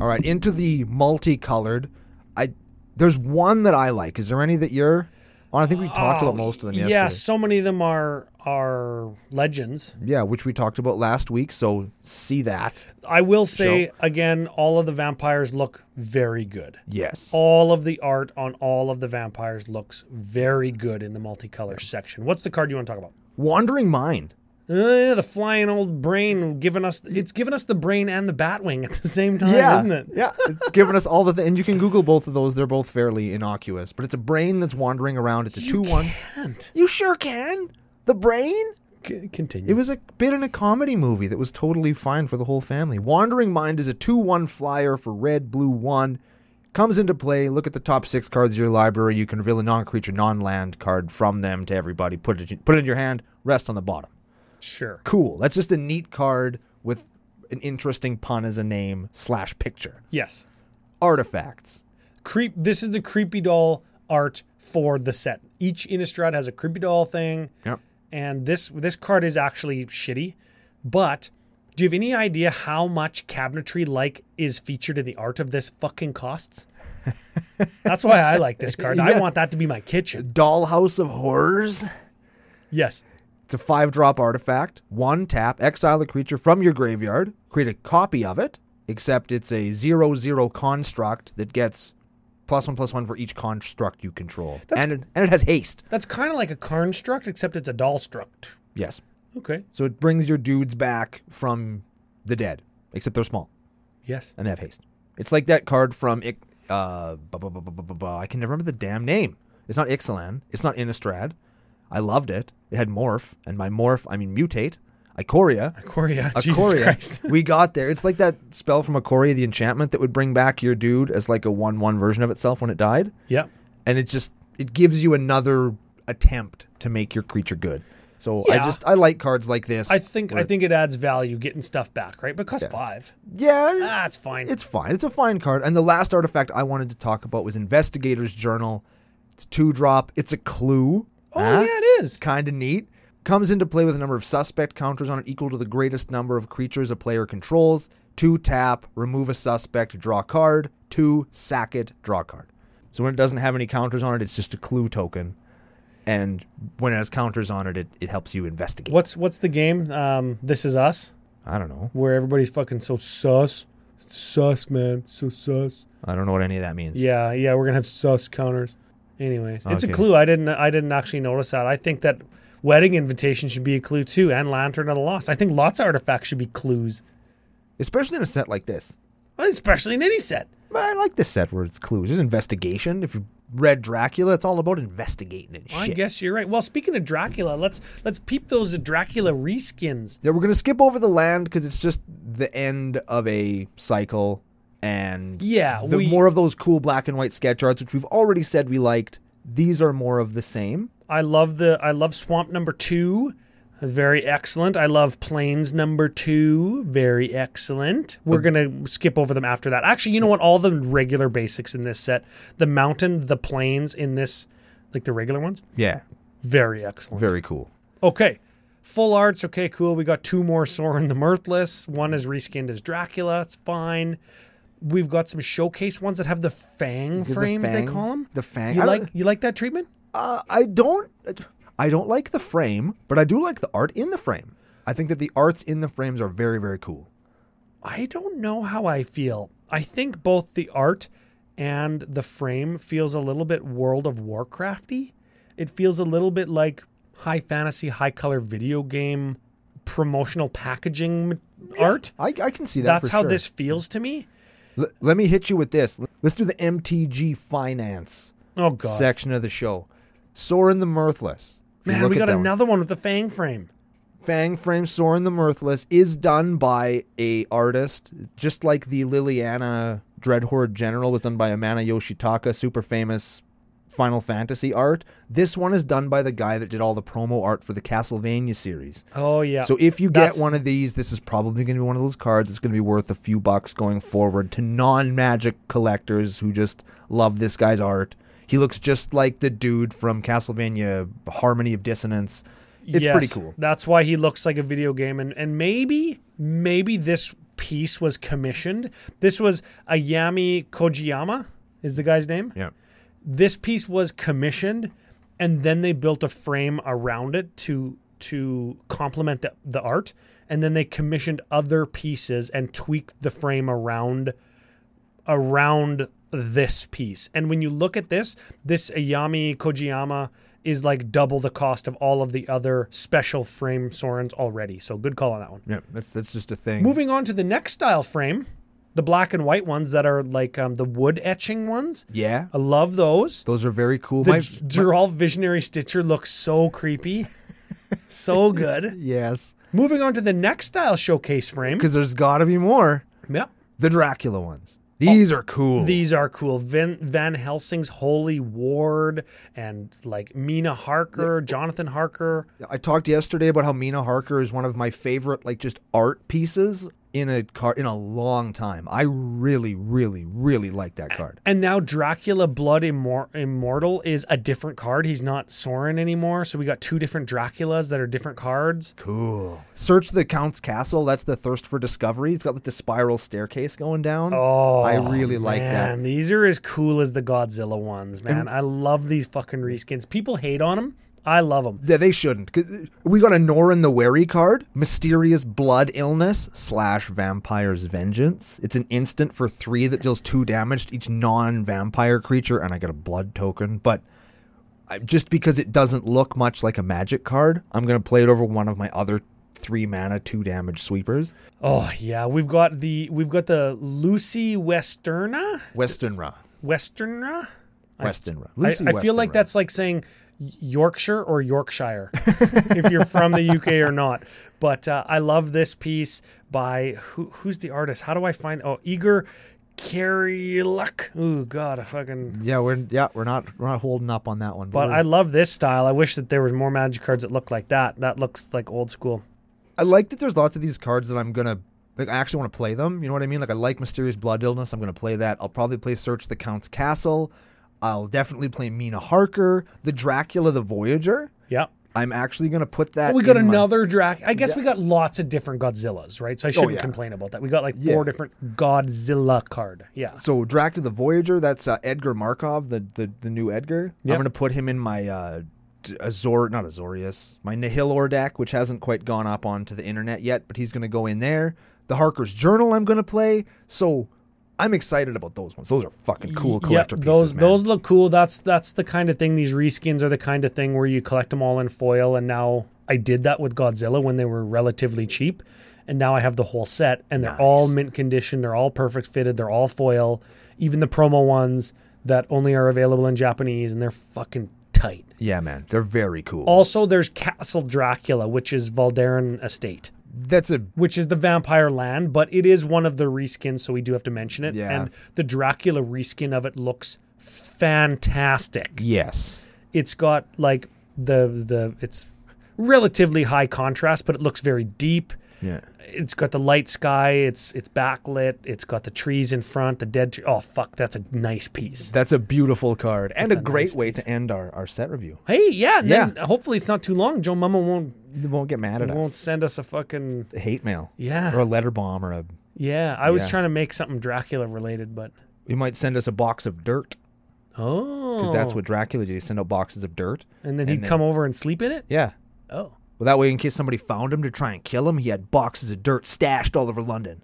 All right, into the multicolored. I there's one that I like. Is there any that you're on? I think we talked about most of them yesterday.
yeah. So many of them are are legends.
Yeah, which we talked about last week. So see that.
I will say again, all of the vampires look very good.
Yes.
All of the art on all of the vampires looks very good in the multicolor section. What's the card you want to talk about?
Wandering Mind.
Uh, yeah, the flying old brain giving us it's giving us the brain and the batwing at the same time, isn't it?
Yeah. *laughs* It's given us all the th- and you can Google both of those. They're both fairly innocuous. But it's a brain that's wandering around. It's a two one.
Can't.
You sure can. The brain?
C-
It
continue.
was a bit in a comedy movie that was totally fine for the whole family. Wandering Mind is a 2 1 flyer for red, blue, 1. Comes into play. Look at the top six cards of your library. You can reveal a non creature, non land card from them to everybody. Put it, put it in your hand, rest on the bottom.
sure.
Cool. That's just a neat card with an interesting pun as a name slash picture.
Yes.
Artifacts.
creep this is the creepy doll art for the set. Each Innistrad has a creepy doll thing.
Yep.
And this this card is actually shitty, but do you have any idea how much cabinetry like is featured in the art of this fucking
*laughs*
costs? That's why I like this card. I
Yeah.
want that to be my kitchen.
Dollhouse of Horrors.
Yes.
It's a five drop artifact. One tap, exile a creature from your graveyard, create a copy of it, except it's a zero zero construct that gets plus one plus one for each construct you control.
That's-
and, it, and it has haste.
That's kind of like a construct except it's a doll struct.
Yes.
Okay.
So it brings your dudes back from the dead, except they're small
Yes.
and they have haste. It's like that card from Ic- uh, bu- bu- bu- bu- bu- bu- bu- I can never remember the damn name. It's not Ixalan. It's not Innistrad. I loved it. It had morph, and by morph I mean mutate. Ikoria.
Coria. Jesus
*laughs*
Christ.
Ikoria. we got there. It's like that spell from Ikoria, the enchantment that would bring back your dude as like a 1 1 version of itself when it died.
Yep.
And it just, it gives you another attempt to make your creature good. So I
Yeah.
just, I like cards like this.
I think I think it adds value getting stuff back, right? But it costs five.
yeah.
Ah, it's fine.
It's fine. It's a fine card. And the last artifact I wanted to talk about was Investigator's Journal. It's a two drop. It's a clue.
oh
Huh?
yeah, it is.
Kind of neat. Comes into play with a number of suspect counters on it equal to the greatest number of creatures a player controls. Two tap, remove a suspect, draw a card. Two sack it, draw a card. So when it doesn't have any counters on it, it's just a clue token. And when it has counters on it, it, it helps you investigate.
What's what's the game? Um, this is us,
I don't know.
where everybody's fucking so sus, sus, man, so sus.
I don't know what any of that means.
Yeah, yeah, we're gonna have sus counters. Anyways, it's a
Okay.
clue. I didn't I didn't actually notice that. I think that wedding invitation should be a clue too, and lantern of the lost. I think lots of artifacts should be clues,
Especially in a set like this.
especially in any set.
But I like this set where it's clues. There's investigation. If you read Dracula, it's all about investigating and shit.
I guess you're right. Well, speaking of Dracula, let's let's peep those Dracula reskins.
Yeah, we're gonna skip over the land because it's just the end of a cycle, and
Yeah,
the
we-
more of those cool black and white sketch arts, which we've already said we liked. These are more of the same.
I love the I love Swamp number two. Very excellent. I love Plains number two. Very excellent. We're gonna skip over them after that. Actually, you know what? All the regular basics in this set, the mountain, the plains in this, like the regular ones,
Yeah,
very excellent.
very cool.
Okay. Full arts, okay, cool. We got two more Soren the Mirthless. One is reskinned as Dracula. It's fine. We've got some showcase ones that have the fang frames.
fang-
they call them
the fang-
You
I don't-
like you like that treatment?
Uh, I don't, I don't like the frame, but I do like the art in the frame. I think that the arts in the frames are very, very cool.
I don't know how I feel. I think both the art and the frame feels a little bit World of Warcrafty. It feels a little bit like high fantasy, high color video game promotional packaging m- art.
I, I can see that.
That's
for
how
sure.
this feels to me.
L- let me hit you with this. Let's do the MTG finance.
Oh god,
section of the show. Soren the Mirthless. If you
man,
look
we
at
got
that one,
another one with the fang frame.
Fang Frame Soren the Mirthless is done by a artist, just like the Liliana Dreadhorde General was done by Amana Yoshitaka, super famous Final Fantasy art. This one is done by the guy that did all the promo art for the Castlevania series.
Oh yeah.
So if you
That's-
get one of these, this is probably going to be one of those cards that's going to be worth a few bucks going forward to non-magic collectors who just love this guy's art. He looks just like the dude from Castlevania Harmony of Dissonance. It's pretty
Yes,
cool.
That's why he looks like a video game, and and maybe maybe this piece was commissioned. This was Ayami Kojiyama is the guy's name.
Yeah.
This piece was commissioned, and then they built a frame around it to to complement the, the art, and then they commissioned other pieces and tweaked the frame around around this piece. And when you look at this, this Ayami Kojiyama is like double the cost of all of the other special frame Sorens already. So good call on that one.
Yeah, that's that's just a thing.
Moving on to the next style frame, the black and white ones that are like um, the wood etching ones.
Yeah.
I love those.
Those are very cool.
The
My-
J- Geralt Visionary Stitcher looks so creepy.
*laughs*
so good.
yes.
Moving on to the next style showcase frame.
Because there's got to be more.
Yep.
The Dracula ones. These are cool.
These are cool. Vin, Van Helsing's Holy Ward and like Mina Harker, Jonathan Harker.
I talked yesterday about how Mina Harker is one of my favorite, like, just art pieces in a card in a long time. I really, really, really like that card.
And now Dracula Blood Immor- Immortal is a different card. He's not Soren anymore. So we got two different Draculas that are different cards.
Cool. Search the Count's Castle. That's the thirst for discovery. It's got like the spiral staircase going down.
Oh,
I really like that.
Man, these are as cool as the Godzilla ones, man. I love these fucking reskins. People hate on them. I love them.
Yeah, they shouldn't. 'Cause uh, We got a Norin the Wary card, Mysterious Blood Illness slash Vampire's Vengeance. It's an instant for three that deals two damage to each non-vampire creature, and I got a blood token. But I- just because it doesn't look much like a magic card, I'm gonna play it over one of my other three mana two damage sweepers.
Oh yeah, we've got the we've got the Lucy Westerna,
Westernra,
Westerna.
Westernra.
I,
Lucy
I feel
Westenra.
like that's like saying Yorkshire or Yorkshire, if you're from the UK or not. But uh, I love this piece by who, who's the artist? How do I find? Oh, Igor Luck. Ooh, God, I fucking.
Yeah, we're yeah we're not we're not holding up on that one.
But
we're-
I love this style. I wish that there was more magic cards that looked like that. That looks like old school.
I like that there's lots of these cards that I'm gonna like I actually want to play them. You know what I mean? Like I like Mysterious Blood Illness, I'm gonna play that. I'll probably play Search the Count's Castle. I'll definitely play Mina Harker, the Dracula the Voyager.
Yeah.
I'm actually gonna put that
We got
in my- Oh,
another Drac. I guess we got lots of different Godzillas, right? So I shouldn't
yeah.
complain about that. We got like four
Yeah.
different Godzilla card. Yeah.
so Dracula the Voyager, that's uh, Edgar Markov, the, the the new Edgar.
Yep.
I'm gonna put him in my uh D- Azor not Azorius, my Nihilor deck, which hasn't quite gone up onto the internet yet, but he's gonna go in there. The Harker's Journal I'm gonna play. So I'm excited about those ones. Those are fucking cool collector pieces.
Yep, Those
man.
those look cool. That's that's the kind of thing. These reskins are the kind of thing where you collect them all in foil. And now I did that with Godzilla when they were relatively cheap, and now I have the whole set, and they're all mint condition. They're all perfect fitted. They're all foil. Even the promo ones that only are available in Japanese, and they're fucking tight.
Yeah, man, they're very cool.
Also, there's Castle Dracula, which is Valderan Estate.
That's a
which is the vampire land, but it is one of the reskins, so we do have to mention it.
Yeah.
And the Dracula reskin of it looks fantastic.
yes.
It's got like the the it's relatively high contrast, but it looks very deep.
Yeah.
It's got the light sky, it's it's backlit, it's got the trees in front, the dead tree. Oh fuck, that's a nice piece.
That's a beautiful card and a,
a
great
nice
way to end our, our set review.
Hey, yeah, and
Yeah.
then hopefully it's not too long. Joe Mama won't
You won't get mad at
won't
us.
send us a fucking
Hate mail.
Yeah.
Or a letter bomb or a
Yeah. I was
Yeah.
trying to make something Dracula related, but
you might send us a box of dirt
Oh
because that's what Dracula did. He sent out boxes of dirt.
And then he'd
then-
come over and sleep in it?
Yeah.
Oh.
Well, that way, in case somebody found him to try and kill him, he had boxes of dirt stashed all over London.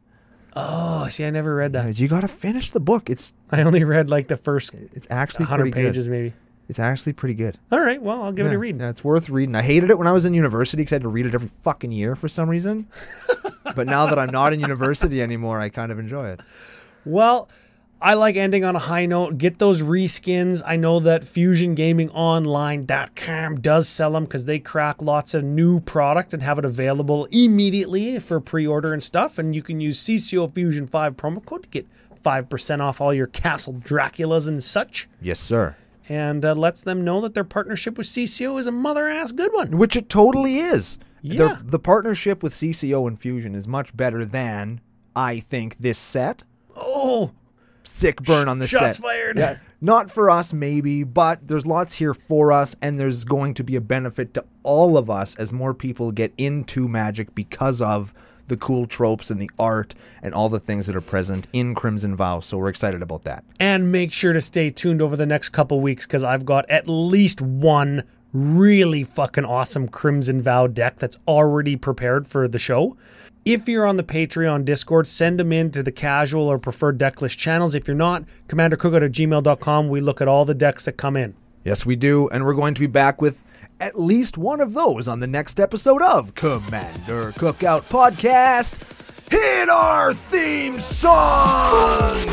Uh,
Oh, see, I never read that.
You got to finish the book. It's
I only read like the first
it's actually
100
pretty
pages,
good.
maybe.
It's actually pretty good.
All right, well, I'll give it a read.
Yeah, it's worth reading. I hated it when I was in university because I had to read it every fucking year for some
*laughs*
reason. but now that I'm not in university anymore, I kind of enjoy it.
Well, I like ending on a high note. Get those reskins. I know that fusiongamingonline.com does sell them because they crack lots of new product and have it available immediately for pre order and stuff. And you can use CCO Fusion 5 promo code to get 5% off all your Castle Draculas and such.
Yes, sir.
and uh, lets them know that their partnership with CCO is a mother ass good one.
which it totally is.
Yeah.
The, the partnership with CCO and Fusion is much better than I think this set.
Oh,
Sick burn on this
shots
set.
fired.
Yeah. Not for us, maybe, but there's lots here for us, and there's going to be a benefit to all of us as more people get into magic because of the cool tropes and the art and all the things that are present in Crimson Vow. So we're excited about that.
And make sure to stay tuned over the next couple weeks because I've got at least one really fucking awesome Crimson Vow deck that's already prepared for the show. If you're on the Patreon Discord, send them in to the casual or preferred deck list channels. If you're not, commandercookout at gmail.com. We look at all the decks that come in.
Yes, we do, and we're going to be back with at least one of those on the next episode of Commander Cookout Podcast. Hit our theme song!